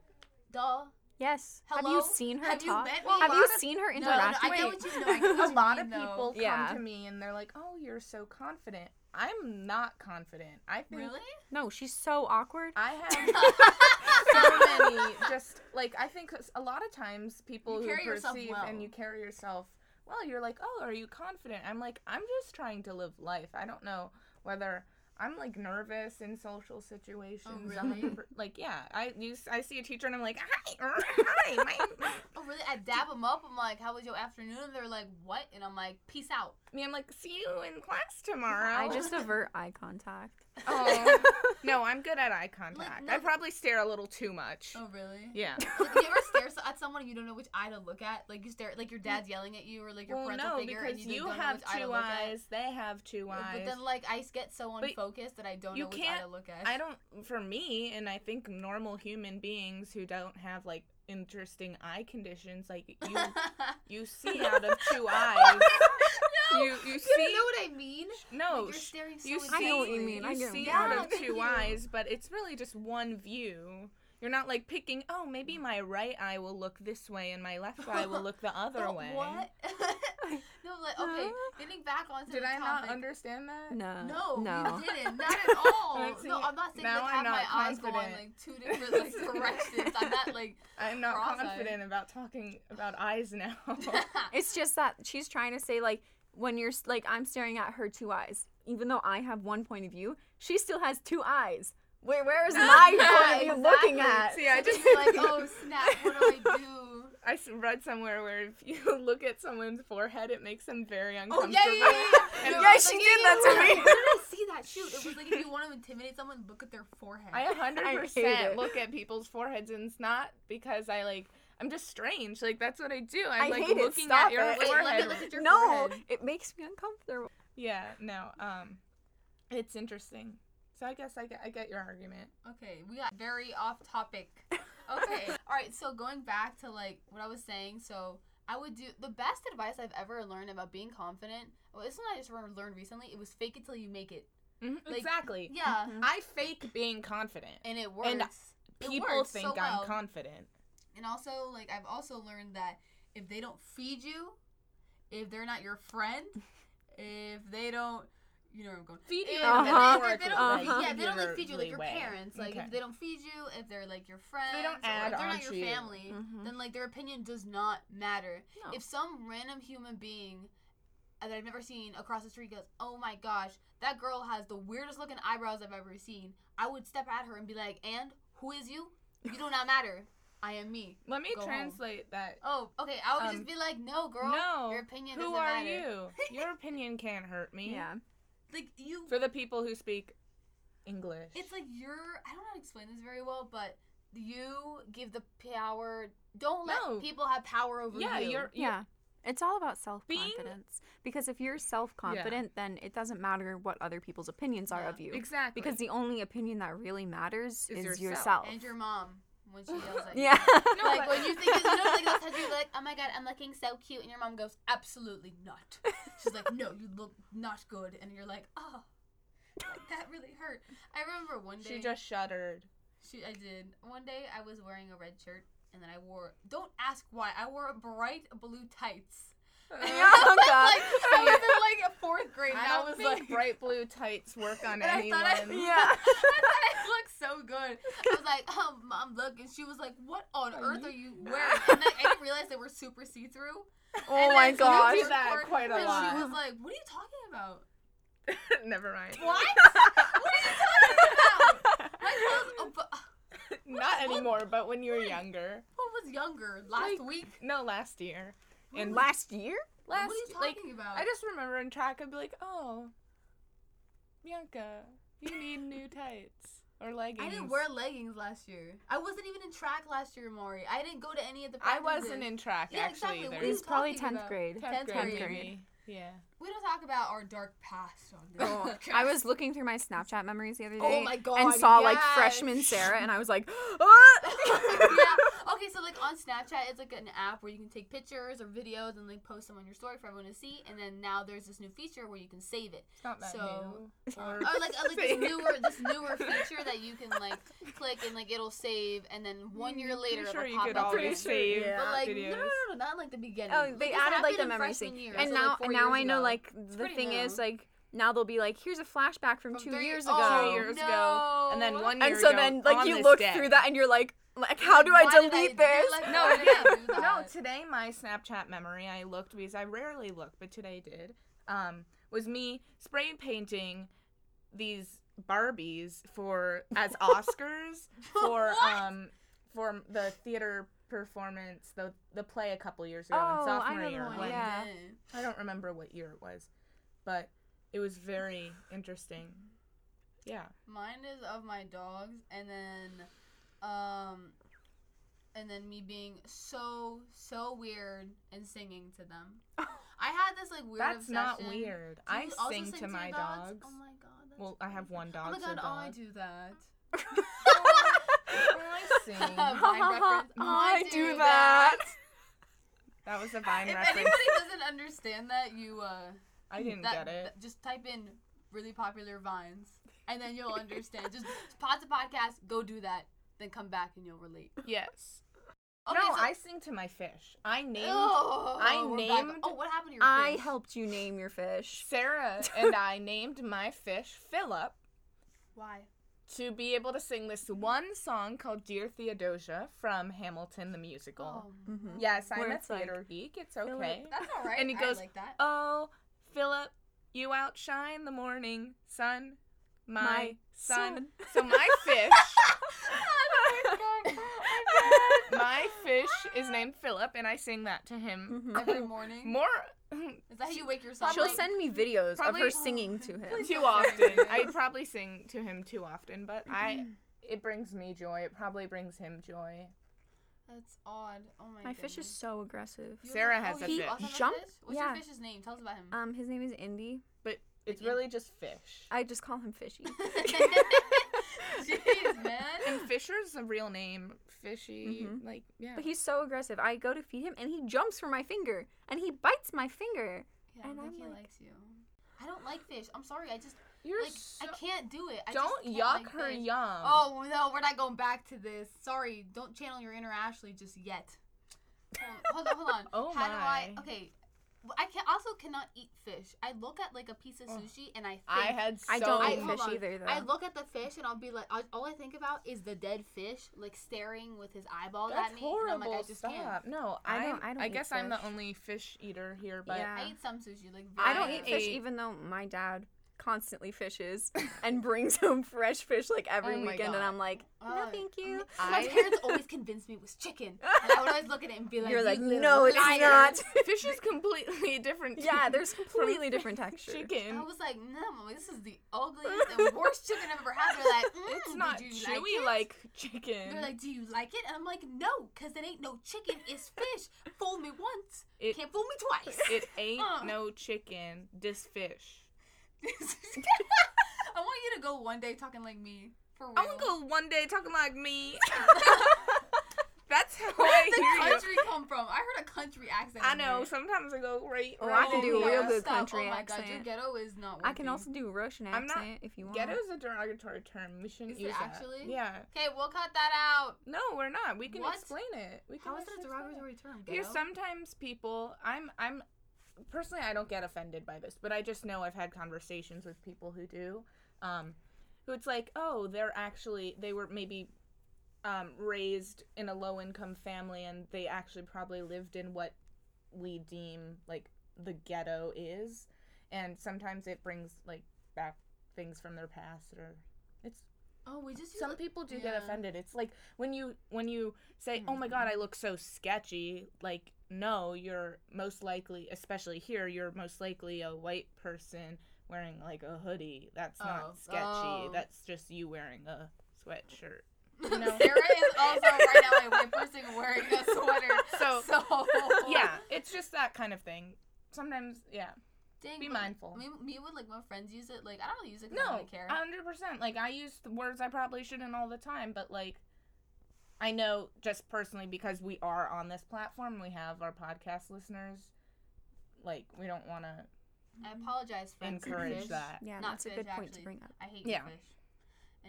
[SPEAKER 3] Duh.
[SPEAKER 4] Yes. Have
[SPEAKER 3] Hello?
[SPEAKER 4] you seen her
[SPEAKER 3] Have you
[SPEAKER 4] talk?
[SPEAKER 3] met me?
[SPEAKER 4] Have
[SPEAKER 2] A
[SPEAKER 4] you
[SPEAKER 2] lot of-
[SPEAKER 4] seen her
[SPEAKER 3] No, no, I
[SPEAKER 4] interact?
[SPEAKER 3] get what
[SPEAKER 4] with-
[SPEAKER 3] you know. I get what
[SPEAKER 2] a
[SPEAKER 3] you
[SPEAKER 2] lot
[SPEAKER 3] mean,
[SPEAKER 2] of
[SPEAKER 3] though.
[SPEAKER 2] people
[SPEAKER 4] Yeah.
[SPEAKER 2] come to me and they're like, "Oh, you're so confident." I'm not confident. I think
[SPEAKER 3] Really?
[SPEAKER 4] No, she's so awkward.
[SPEAKER 2] I have so many. Just like I think a lot of times people
[SPEAKER 3] You
[SPEAKER 2] who
[SPEAKER 3] carry yourself
[SPEAKER 2] perceive
[SPEAKER 3] well.
[SPEAKER 2] and you carry yourself well, you're like, "Oh, are you confident?" I'm like, "I'm just trying to live life. I don't know whether." I'm like nervous in social situations. I'm a
[SPEAKER 3] Oh, really?
[SPEAKER 2] per- like, yeah, I you, s- I see a teacher and I'm like, hi, er, hi, my,
[SPEAKER 3] Oh, really? I dab them up. I'm like, "How was your afternoon?" And they're like, "What?" And I'm like, "Peace out."
[SPEAKER 2] me. I'm like, see you in class tomorrow.
[SPEAKER 4] I just avert eye contact.
[SPEAKER 2] Oh no, I'm good at eye contact. I
[SPEAKER 3] no-
[SPEAKER 2] probably stare a little too much.
[SPEAKER 3] Oh, really?
[SPEAKER 2] Yeah.
[SPEAKER 3] Like, you ever stare so- at someone and you don't know which eye to look at? Like you stare, like your dad's yelling at you, or like your
[SPEAKER 2] Well,
[SPEAKER 3] parental
[SPEAKER 2] no,
[SPEAKER 3] figure,
[SPEAKER 2] because
[SPEAKER 3] and you,
[SPEAKER 2] you
[SPEAKER 3] don't know
[SPEAKER 2] have
[SPEAKER 3] which eye to
[SPEAKER 2] two
[SPEAKER 3] look at.
[SPEAKER 2] eyes. They have two eyes.
[SPEAKER 3] But then, like, I get so
[SPEAKER 2] But
[SPEAKER 3] unfocused that I don't
[SPEAKER 2] you
[SPEAKER 3] know which eye
[SPEAKER 2] can't-
[SPEAKER 3] to look at.
[SPEAKER 2] I don't. For me, and I think normal human beings who don't have like interesting eye conditions, like you, you see out of two eyes.
[SPEAKER 3] no,
[SPEAKER 2] You you
[SPEAKER 3] you don't
[SPEAKER 2] see
[SPEAKER 3] know what I mean.
[SPEAKER 2] no.
[SPEAKER 3] Like, you're
[SPEAKER 2] sh-
[SPEAKER 3] staring so
[SPEAKER 2] you see,
[SPEAKER 4] I know what you
[SPEAKER 3] intensely.
[SPEAKER 4] mean. I
[SPEAKER 2] You
[SPEAKER 4] get what
[SPEAKER 2] see
[SPEAKER 4] you
[SPEAKER 2] out
[SPEAKER 4] mean.
[SPEAKER 2] of
[SPEAKER 3] Yeah,
[SPEAKER 2] two
[SPEAKER 3] thank you.
[SPEAKER 2] eyes, but it's really just one view. You're not like picking. Oh, maybe my right eye will look this way, and my left eye will look the other
[SPEAKER 3] But
[SPEAKER 2] way.
[SPEAKER 3] What? no, like okay. Getting back onto
[SPEAKER 2] Did
[SPEAKER 3] the
[SPEAKER 2] I not
[SPEAKER 3] topic.
[SPEAKER 2] understand that?
[SPEAKER 4] No.
[SPEAKER 3] No,
[SPEAKER 4] No.
[SPEAKER 3] you didn't. Not at all.
[SPEAKER 2] Let's
[SPEAKER 3] no,
[SPEAKER 2] see.
[SPEAKER 3] I'm not saying
[SPEAKER 2] Now
[SPEAKER 3] like have
[SPEAKER 2] I'm
[SPEAKER 3] my
[SPEAKER 2] not
[SPEAKER 3] eyes go on
[SPEAKER 2] confident.
[SPEAKER 3] like two different like directions. I'm not like.
[SPEAKER 2] I'm not
[SPEAKER 3] Cross-eyed.
[SPEAKER 2] confident about talking about eyes now.
[SPEAKER 4] It's just that she's trying to say like when you're s- like I'm staring at her two eyes, even though I have one point of view, she still has two eyes. Where where is my
[SPEAKER 3] Yeah,
[SPEAKER 4] point of view looking
[SPEAKER 3] exactly.
[SPEAKER 2] See,
[SPEAKER 4] at?
[SPEAKER 2] I
[SPEAKER 3] And then
[SPEAKER 2] just
[SPEAKER 3] you're like, oh snap, what do I do?
[SPEAKER 2] I s- read somewhere where if you look at someone's forehead, it makes them very
[SPEAKER 3] Oh
[SPEAKER 2] uncomfortable.
[SPEAKER 3] yeah, yeah, yeah. yeah.
[SPEAKER 2] And
[SPEAKER 3] No,
[SPEAKER 2] yeah,
[SPEAKER 3] it's
[SPEAKER 4] she
[SPEAKER 3] like,
[SPEAKER 4] did that to
[SPEAKER 3] ew.
[SPEAKER 4] me.
[SPEAKER 3] Where did I see that? Shoot, it was like if you want to intimidate someone, look at their forehead.
[SPEAKER 2] I
[SPEAKER 4] I
[SPEAKER 2] 100%
[SPEAKER 4] hate it.
[SPEAKER 2] look at people's foreheads, and it's not because I like. I'm just strange. Like that's what I do. I'm
[SPEAKER 4] I
[SPEAKER 2] like
[SPEAKER 4] hate it.
[SPEAKER 2] looking
[SPEAKER 4] Stop
[SPEAKER 2] at your
[SPEAKER 4] it. Wait,
[SPEAKER 3] let me
[SPEAKER 2] forehead.
[SPEAKER 3] look at your
[SPEAKER 4] no,
[SPEAKER 3] forehead.
[SPEAKER 4] it makes me uncomfortable.
[SPEAKER 2] yeah, no. Um, it's interesting. So I guess I get, I get your argument.
[SPEAKER 3] Okay, we got very off topic. Okay, all right. So going back to like what I was saying, so I would do the best advice I've ever learned about being confident. Well, this one I just re- learned recently. It was fake it till you make it. Mm-hmm. Like,
[SPEAKER 2] exactly.
[SPEAKER 3] Yeah,
[SPEAKER 4] Mhm.
[SPEAKER 2] I fake being confident.
[SPEAKER 3] and it works. It
[SPEAKER 2] People
[SPEAKER 3] works so
[SPEAKER 2] think I'm
[SPEAKER 3] well.
[SPEAKER 2] confident.
[SPEAKER 3] And also, like, I've also learned that if they don't feed you, if they're not your friend, if they don't, you know where I'm going.
[SPEAKER 2] Feed
[SPEAKER 3] If,
[SPEAKER 2] you
[SPEAKER 4] Uh-huh.
[SPEAKER 3] if they, if they don't,
[SPEAKER 4] Uh-huh.
[SPEAKER 3] yeah, if they don't like feed you, like your
[SPEAKER 2] Way.
[SPEAKER 3] parents, like
[SPEAKER 2] Okay.
[SPEAKER 3] if they don't feed you, if they're like your friends,
[SPEAKER 2] don't
[SPEAKER 3] or
[SPEAKER 2] add
[SPEAKER 3] if they're
[SPEAKER 2] on
[SPEAKER 3] not your
[SPEAKER 2] to you. Mm-hmm.
[SPEAKER 3] family,
[SPEAKER 4] Mhm.
[SPEAKER 3] then like their opinion does not matter.
[SPEAKER 4] No.
[SPEAKER 3] If some random human being that I've never seen across the street goes, "Oh my gosh, that girl has the weirdest looking eyebrows I've ever seen," I would step at her and be like, "And who is you? You do not matter. I am me."
[SPEAKER 2] Let me
[SPEAKER 3] Go home.
[SPEAKER 2] translate that.
[SPEAKER 3] Oh, okay. I would
[SPEAKER 2] Um,
[SPEAKER 3] just be like, "No, girl,
[SPEAKER 2] no.
[SPEAKER 3] your opinion
[SPEAKER 2] Who
[SPEAKER 3] doesn't
[SPEAKER 2] are
[SPEAKER 3] matter."
[SPEAKER 2] you? Your opinion can't hurt me.
[SPEAKER 4] Yeah.
[SPEAKER 3] Like you
[SPEAKER 2] For the people who speak English.
[SPEAKER 3] It's like you're. I don't know how to explain this very well, but you give the power. Don't let
[SPEAKER 2] No.
[SPEAKER 3] people have power over
[SPEAKER 2] yeah,
[SPEAKER 3] you.
[SPEAKER 2] you're, you're
[SPEAKER 4] Yeah. It's all about self
[SPEAKER 2] Being-
[SPEAKER 4] confidence. Because if you're self confident, then it doesn't matter what other people's opinions are
[SPEAKER 3] Yeah.
[SPEAKER 4] of you.
[SPEAKER 2] exactly
[SPEAKER 4] Because the only opinion that really matters
[SPEAKER 2] Is
[SPEAKER 4] is,
[SPEAKER 2] yourself.
[SPEAKER 4] yourself.
[SPEAKER 3] and your mom. when she yells at you.
[SPEAKER 4] Yeah.
[SPEAKER 2] No,
[SPEAKER 3] Like
[SPEAKER 2] but-
[SPEAKER 3] when you think you know like those times you're like, oh my god, I'm looking so cute, and your mom goes, absolutely not. She's like, no, you look not good, and you're like, oh, like, that really hurt. I remember one day
[SPEAKER 2] She just shuddered.
[SPEAKER 3] she, I did. One day I was wearing a red shirt, and then I wore. Don't ask why. I wore bright blue tights.
[SPEAKER 4] Yeah,
[SPEAKER 3] I was
[SPEAKER 4] God.
[SPEAKER 3] like, I was in like fourth grade. and
[SPEAKER 2] I
[SPEAKER 3] I
[SPEAKER 2] don't
[SPEAKER 3] was
[SPEAKER 2] think
[SPEAKER 3] like,
[SPEAKER 2] bright blue tights work on
[SPEAKER 3] and I
[SPEAKER 2] anyone.
[SPEAKER 3] thought I,
[SPEAKER 4] Yeah.
[SPEAKER 3] I thought I looked so good. I was like, oh, mom, look, and she was like, what on
[SPEAKER 2] Are
[SPEAKER 3] earth
[SPEAKER 2] you-
[SPEAKER 3] are you wearing? And then I didn't realize they were super see through.
[SPEAKER 4] Oh my
[SPEAKER 3] And I
[SPEAKER 4] gosh.
[SPEAKER 2] do
[SPEAKER 3] looked
[SPEAKER 2] that
[SPEAKER 3] for it,
[SPEAKER 2] quite a
[SPEAKER 3] and
[SPEAKER 2] lot.
[SPEAKER 3] She was like, "What are you talking about?
[SPEAKER 2] Never mind.
[SPEAKER 3] What? what are you talking about? My clothes. Oh, but,
[SPEAKER 2] Not anymore, but when you were younger.
[SPEAKER 3] what was younger last week?
[SPEAKER 2] No, last year. And
[SPEAKER 4] Last year?
[SPEAKER 2] last
[SPEAKER 3] what are you
[SPEAKER 2] like
[SPEAKER 3] talking about?
[SPEAKER 2] I just remember in track I'd be like, "Oh, Bianca, you need new tights or leggings."
[SPEAKER 3] I didn't wear leggings last year. I wasn't even in track last year, Mari. I didn't go to any of the.
[SPEAKER 2] I
[SPEAKER 3] practices.
[SPEAKER 2] wasn't in track
[SPEAKER 3] Yeah,
[SPEAKER 2] actually.
[SPEAKER 3] exactly. What
[SPEAKER 2] either.
[SPEAKER 3] are
[SPEAKER 4] It's
[SPEAKER 3] you
[SPEAKER 4] probably
[SPEAKER 3] talking
[SPEAKER 4] 10th
[SPEAKER 3] about?
[SPEAKER 4] grade.
[SPEAKER 3] 10th grade.
[SPEAKER 2] maybe. Yeah.
[SPEAKER 3] We don't talk about our dark past on this.
[SPEAKER 4] Oh,
[SPEAKER 3] podcast.
[SPEAKER 4] I was looking through my Snapchat memories the other
[SPEAKER 3] Oh
[SPEAKER 4] day
[SPEAKER 3] my
[SPEAKER 4] and
[SPEAKER 3] God,
[SPEAKER 4] saw like
[SPEAKER 3] yes.
[SPEAKER 4] freshman Sarah, and I was like, Oh,
[SPEAKER 3] yeah. Okay, so like on Snapchat, it's like an app where you can take pictures or videos and like post them on your story for everyone to see. And then now there's this new feature where you can save it.
[SPEAKER 2] It's not that
[SPEAKER 3] So-
[SPEAKER 2] new. Or,
[SPEAKER 3] or like, uh, like this
[SPEAKER 2] Save.
[SPEAKER 3] newer this newer feature that you can like click and like it'll save and then one year later
[SPEAKER 2] Mm, Pretty sure
[SPEAKER 3] it'll
[SPEAKER 2] you
[SPEAKER 3] pop
[SPEAKER 2] could
[SPEAKER 3] up.
[SPEAKER 2] always
[SPEAKER 4] sure,
[SPEAKER 2] save
[SPEAKER 4] yeah.
[SPEAKER 3] but like no, no,
[SPEAKER 2] videos.
[SPEAKER 3] no, no, not like the beginning.
[SPEAKER 4] oh, they
[SPEAKER 3] this
[SPEAKER 4] added like
[SPEAKER 3] happened
[SPEAKER 4] the
[SPEAKER 3] in
[SPEAKER 4] memory
[SPEAKER 3] freshman
[SPEAKER 4] thing.
[SPEAKER 3] year,
[SPEAKER 4] And
[SPEAKER 3] so,
[SPEAKER 4] now,
[SPEAKER 3] like, four
[SPEAKER 4] and now
[SPEAKER 3] years
[SPEAKER 4] I know
[SPEAKER 3] ago.
[SPEAKER 4] like the
[SPEAKER 3] pretty
[SPEAKER 4] thing is
[SPEAKER 3] new.
[SPEAKER 4] like now they'll be like, here's a flashback from,
[SPEAKER 3] From
[SPEAKER 4] two
[SPEAKER 3] three-
[SPEAKER 4] years
[SPEAKER 3] oh,
[SPEAKER 4] ago,
[SPEAKER 2] Two years ago, and then
[SPEAKER 3] No.
[SPEAKER 2] one year
[SPEAKER 4] and so
[SPEAKER 2] ago,
[SPEAKER 4] then like
[SPEAKER 2] on
[SPEAKER 4] you
[SPEAKER 2] this
[SPEAKER 4] look
[SPEAKER 2] day.
[SPEAKER 4] through that and you're like, like how do I
[SPEAKER 3] Why did
[SPEAKER 4] delete
[SPEAKER 3] I-
[SPEAKER 4] this?
[SPEAKER 3] you're like,
[SPEAKER 2] No,
[SPEAKER 3] why did I
[SPEAKER 2] yeah.
[SPEAKER 3] do
[SPEAKER 2] No,
[SPEAKER 3] that?
[SPEAKER 2] today my Snapchat memory I looked because I rarely look, but today I did. Um, was me spray painting these Barbies for as Oscars for
[SPEAKER 3] What?
[SPEAKER 2] um for the theater performance the the play a couple years ago
[SPEAKER 4] Oh, I
[SPEAKER 2] in sophomore
[SPEAKER 4] know the
[SPEAKER 2] year
[SPEAKER 4] one,
[SPEAKER 2] when-
[SPEAKER 4] yeah.
[SPEAKER 2] I don't remember what year it was, but it was very interesting. Yeah,
[SPEAKER 3] Mine is of my dogs, and then, um, and then me being so so weird and singing to them. I had this like weird.
[SPEAKER 2] that's not
[SPEAKER 3] obsession.
[SPEAKER 2] weird.
[SPEAKER 3] Do you
[SPEAKER 2] I
[SPEAKER 3] also
[SPEAKER 2] sing, to
[SPEAKER 3] your
[SPEAKER 2] my dogs.
[SPEAKER 3] dogs? Oh my god. That's
[SPEAKER 2] well, I have one
[SPEAKER 3] Oh
[SPEAKER 2] dog.
[SPEAKER 3] my
[SPEAKER 2] so
[SPEAKER 3] god, I
[SPEAKER 2] dogs.
[SPEAKER 3] do that.
[SPEAKER 2] I sing.
[SPEAKER 3] Vine reference.
[SPEAKER 4] I
[SPEAKER 3] I
[SPEAKER 4] do
[SPEAKER 3] do
[SPEAKER 4] that.
[SPEAKER 2] That was a Vine
[SPEAKER 3] If
[SPEAKER 2] reference.
[SPEAKER 3] anybody doesn't understand that, you uh,
[SPEAKER 2] I didn't
[SPEAKER 3] that,
[SPEAKER 2] get it.
[SPEAKER 3] that- just type in really popular vines, and then you'll understand. just pause the podcast, go do that, then come back and you'll relate.
[SPEAKER 2] yes.
[SPEAKER 3] Okay,
[SPEAKER 2] no,
[SPEAKER 3] so-
[SPEAKER 2] I sing to my fish. I named
[SPEAKER 3] Oh,
[SPEAKER 2] I
[SPEAKER 3] we're back.
[SPEAKER 2] named-
[SPEAKER 3] Oh, what happened to your
[SPEAKER 4] I
[SPEAKER 3] fish?
[SPEAKER 4] helped you name your fish.
[SPEAKER 2] Sarah and I named my fish Philip
[SPEAKER 3] Why?
[SPEAKER 2] to be able to sing this one song called "Dear Theodosia" from Hamilton the musical.
[SPEAKER 3] Oh,
[SPEAKER 4] Mhm.
[SPEAKER 2] yes, I'm
[SPEAKER 4] Where
[SPEAKER 2] a
[SPEAKER 4] it's like,
[SPEAKER 2] theater geek. It's
[SPEAKER 4] Philip.
[SPEAKER 2] okay.
[SPEAKER 3] that's all right.
[SPEAKER 2] And he
[SPEAKER 3] I
[SPEAKER 2] goes,
[SPEAKER 3] like that.
[SPEAKER 2] Oh, Philip, you outshine the morning sun, my,
[SPEAKER 4] My
[SPEAKER 2] son.
[SPEAKER 4] son.
[SPEAKER 2] So my fish, my fish is named Philip, and I sing that to him
[SPEAKER 4] Mhm.
[SPEAKER 3] Every morning.
[SPEAKER 2] more
[SPEAKER 3] Is that how you wake yourself?
[SPEAKER 4] She'll
[SPEAKER 3] up?
[SPEAKER 4] send me videos
[SPEAKER 2] probably-
[SPEAKER 4] of her singing to him.
[SPEAKER 3] Please.
[SPEAKER 2] too often. I probably sing to him too often, but
[SPEAKER 4] Mm-hmm.
[SPEAKER 2] I it brings me joy. It probably brings him joy.
[SPEAKER 3] That's odd. Oh my.
[SPEAKER 4] My fish is
[SPEAKER 3] goodness.
[SPEAKER 4] so aggressive.
[SPEAKER 3] You
[SPEAKER 2] Sarah
[SPEAKER 3] like-
[SPEAKER 2] has
[SPEAKER 3] oh,
[SPEAKER 2] a
[SPEAKER 3] you
[SPEAKER 2] fish.
[SPEAKER 3] also have a
[SPEAKER 4] Jump-
[SPEAKER 3] fish? What's
[SPEAKER 4] yeah.
[SPEAKER 3] your fish's name? Tell us about him.
[SPEAKER 4] Um, his name is Indy.
[SPEAKER 2] But it's
[SPEAKER 3] Again.
[SPEAKER 2] really just fish.
[SPEAKER 4] I just call him Fishy.
[SPEAKER 3] Jeez, man.
[SPEAKER 2] And Fisher's a real name. Fishy,
[SPEAKER 4] Mhm.
[SPEAKER 2] like yeah.
[SPEAKER 4] But he's so aggressive. I go to feed him and he jumps for my finger and he bites my finger.
[SPEAKER 3] Yeah, I don't
[SPEAKER 4] And
[SPEAKER 3] think
[SPEAKER 4] I'm
[SPEAKER 3] he
[SPEAKER 4] like-
[SPEAKER 3] likes you. I don't like fish. I'm sorry. I just
[SPEAKER 2] You're
[SPEAKER 3] like I can't do it. I just
[SPEAKER 2] don't
[SPEAKER 3] can't
[SPEAKER 2] yuck
[SPEAKER 3] like
[SPEAKER 2] her
[SPEAKER 3] fish.
[SPEAKER 2] yum.
[SPEAKER 3] Oh no, we're not going back to this. Sorry, don't channel your inner Ashley just yet. Um, Hold on, hold on.
[SPEAKER 2] Oh
[SPEAKER 3] How do
[SPEAKER 2] my.
[SPEAKER 3] I? Okay, Well, I can also cannot eat fish. I look at like a piece of
[SPEAKER 2] Ugh.
[SPEAKER 3] sushi and I think
[SPEAKER 2] I had so
[SPEAKER 4] I don't
[SPEAKER 3] I-
[SPEAKER 4] eat
[SPEAKER 3] hold
[SPEAKER 4] fish
[SPEAKER 3] on.
[SPEAKER 4] either though.
[SPEAKER 3] I look at the fish and I'll be like, I, all I think about is the dead fish, like staring with his eyeball
[SPEAKER 2] That's
[SPEAKER 3] at me.
[SPEAKER 2] horrible.
[SPEAKER 3] And I'm like, I just
[SPEAKER 2] Stop.
[SPEAKER 3] can't.
[SPEAKER 2] No,
[SPEAKER 4] I
[SPEAKER 2] I
[SPEAKER 4] don't-
[SPEAKER 2] don't.
[SPEAKER 4] I
[SPEAKER 2] I,
[SPEAKER 4] don't eat
[SPEAKER 2] guess I'm the
[SPEAKER 4] fish.
[SPEAKER 2] only fish eater here, but
[SPEAKER 4] Yeah.
[SPEAKER 3] I eat some sushi, like
[SPEAKER 4] I don't eat
[SPEAKER 3] very-
[SPEAKER 4] fish
[SPEAKER 2] ate-
[SPEAKER 4] even though my dad constantly fishes and brings home fresh fish like every
[SPEAKER 2] Oh my
[SPEAKER 4] weekend and
[SPEAKER 2] God.
[SPEAKER 4] I'm like, no
[SPEAKER 3] Oh,
[SPEAKER 4] thank you.
[SPEAKER 3] My
[SPEAKER 2] I-
[SPEAKER 3] parents always convinced me it was chicken. And I would always look at it and be like,
[SPEAKER 4] You're
[SPEAKER 3] "You
[SPEAKER 4] like,
[SPEAKER 3] little
[SPEAKER 4] no, it's
[SPEAKER 3] liar."
[SPEAKER 4] not.
[SPEAKER 2] fish is completely different.
[SPEAKER 4] yeah,
[SPEAKER 2] to
[SPEAKER 4] there's completely different texture.
[SPEAKER 2] chicken.
[SPEAKER 3] I was like, no, Mama, this is the ugliest and worst chicken I've ever had. They're like, mm,
[SPEAKER 2] it's
[SPEAKER 3] did
[SPEAKER 2] not
[SPEAKER 3] you
[SPEAKER 2] chewy
[SPEAKER 3] it?"
[SPEAKER 2] like, chicken.
[SPEAKER 3] They're like, do you like it? And I'm like, no, because it ain't no chicken, it's fish. Fool me once,
[SPEAKER 2] it,
[SPEAKER 3] can't fool me twice.
[SPEAKER 2] it ain't
[SPEAKER 3] Uh.
[SPEAKER 2] no chicken. This fish.
[SPEAKER 3] I want you to go one day talking like me. For real.
[SPEAKER 2] I wanna go one day talking like me. That's how
[SPEAKER 3] Where
[SPEAKER 2] I
[SPEAKER 3] did the
[SPEAKER 2] hear you.
[SPEAKER 3] country come from? I heard a country accent.
[SPEAKER 2] I
[SPEAKER 3] in there.
[SPEAKER 2] know. Sometimes I go right.
[SPEAKER 4] Oh, I
[SPEAKER 2] right
[SPEAKER 4] can do a
[SPEAKER 2] over
[SPEAKER 3] yeah,
[SPEAKER 4] real
[SPEAKER 2] here.
[SPEAKER 4] good
[SPEAKER 3] stop.
[SPEAKER 4] country
[SPEAKER 3] oh my God, your
[SPEAKER 4] accent.
[SPEAKER 3] ghetto is not working.
[SPEAKER 4] I can also do a Russian
[SPEAKER 2] I'm not-
[SPEAKER 4] accent if you want.
[SPEAKER 2] Ghetto is a derogatory term. We
[SPEAKER 3] Is
[SPEAKER 2] shouldn't
[SPEAKER 3] it
[SPEAKER 2] use that.
[SPEAKER 3] actually?
[SPEAKER 2] Yeah.
[SPEAKER 3] Okay, we'll cut that out.
[SPEAKER 2] No, we're not. We can
[SPEAKER 3] What?
[SPEAKER 2] explain it. We can
[SPEAKER 3] How is that
[SPEAKER 2] actually
[SPEAKER 3] a
[SPEAKER 2] explain it.
[SPEAKER 3] derogatory term? ghetto?
[SPEAKER 2] Because sometimes people, I'm, I'm, personally, I don't get offended by this, but I just know I've had conversations with people who do, um, who it's like, oh, they're actually, they were maybe, um, raised in a low income family, and they actually probably lived in what we deem like the ghetto is, and sometimes it brings like back things from their past or. It's
[SPEAKER 3] Oh, we just use
[SPEAKER 2] some
[SPEAKER 3] like-
[SPEAKER 2] people do get
[SPEAKER 3] yeah.
[SPEAKER 2] offended. It's like when you when you say, "Oh my god, I look so sketchy." Like, no, you're most likely, especially here, you're most likely a white person wearing like a hoodie. That's
[SPEAKER 3] Oh.
[SPEAKER 2] not sketchy.
[SPEAKER 3] Oh.
[SPEAKER 2] That's just you wearing a sweatshirt.
[SPEAKER 3] Sarah is also right now a white person wearing a sweater.
[SPEAKER 2] So,
[SPEAKER 3] So
[SPEAKER 2] yeah, it's just that kind of thing. Sometimes, yeah.
[SPEAKER 3] Dang,
[SPEAKER 2] Be
[SPEAKER 3] but
[SPEAKER 2] mindful.
[SPEAKER 3] Me, me would like my friends use it. Like I don't really use it. 'cause I don't
[SPEAKER 2] No,
[SPEAKER 3] really care.
[SPEAKER 2] hundred percent. Like I use the words I probably shouldn't all the time, but like I know just personally because we are on this platform, we have our podcast listeners. Like we don't want to
[SPEAKER 3] I apologize, friends. and
[SPEAKER 2] encourage
[SPEAKER 3] fish.
[SPEAKER 2] that.
[SPEAKER 4] Yeah,
[SPEAKER 3] Not
[SPEAKER 4] that's a
[SPEAKER 3] fish,
[SPEAKER 4] good point
[SPEAKER 3] actually.
[SPEAKER 4] to bring up.
[SPEAKER 3] I hate
[SPEAKER 2] Yeah.
[SPEAKER 3] you, fish.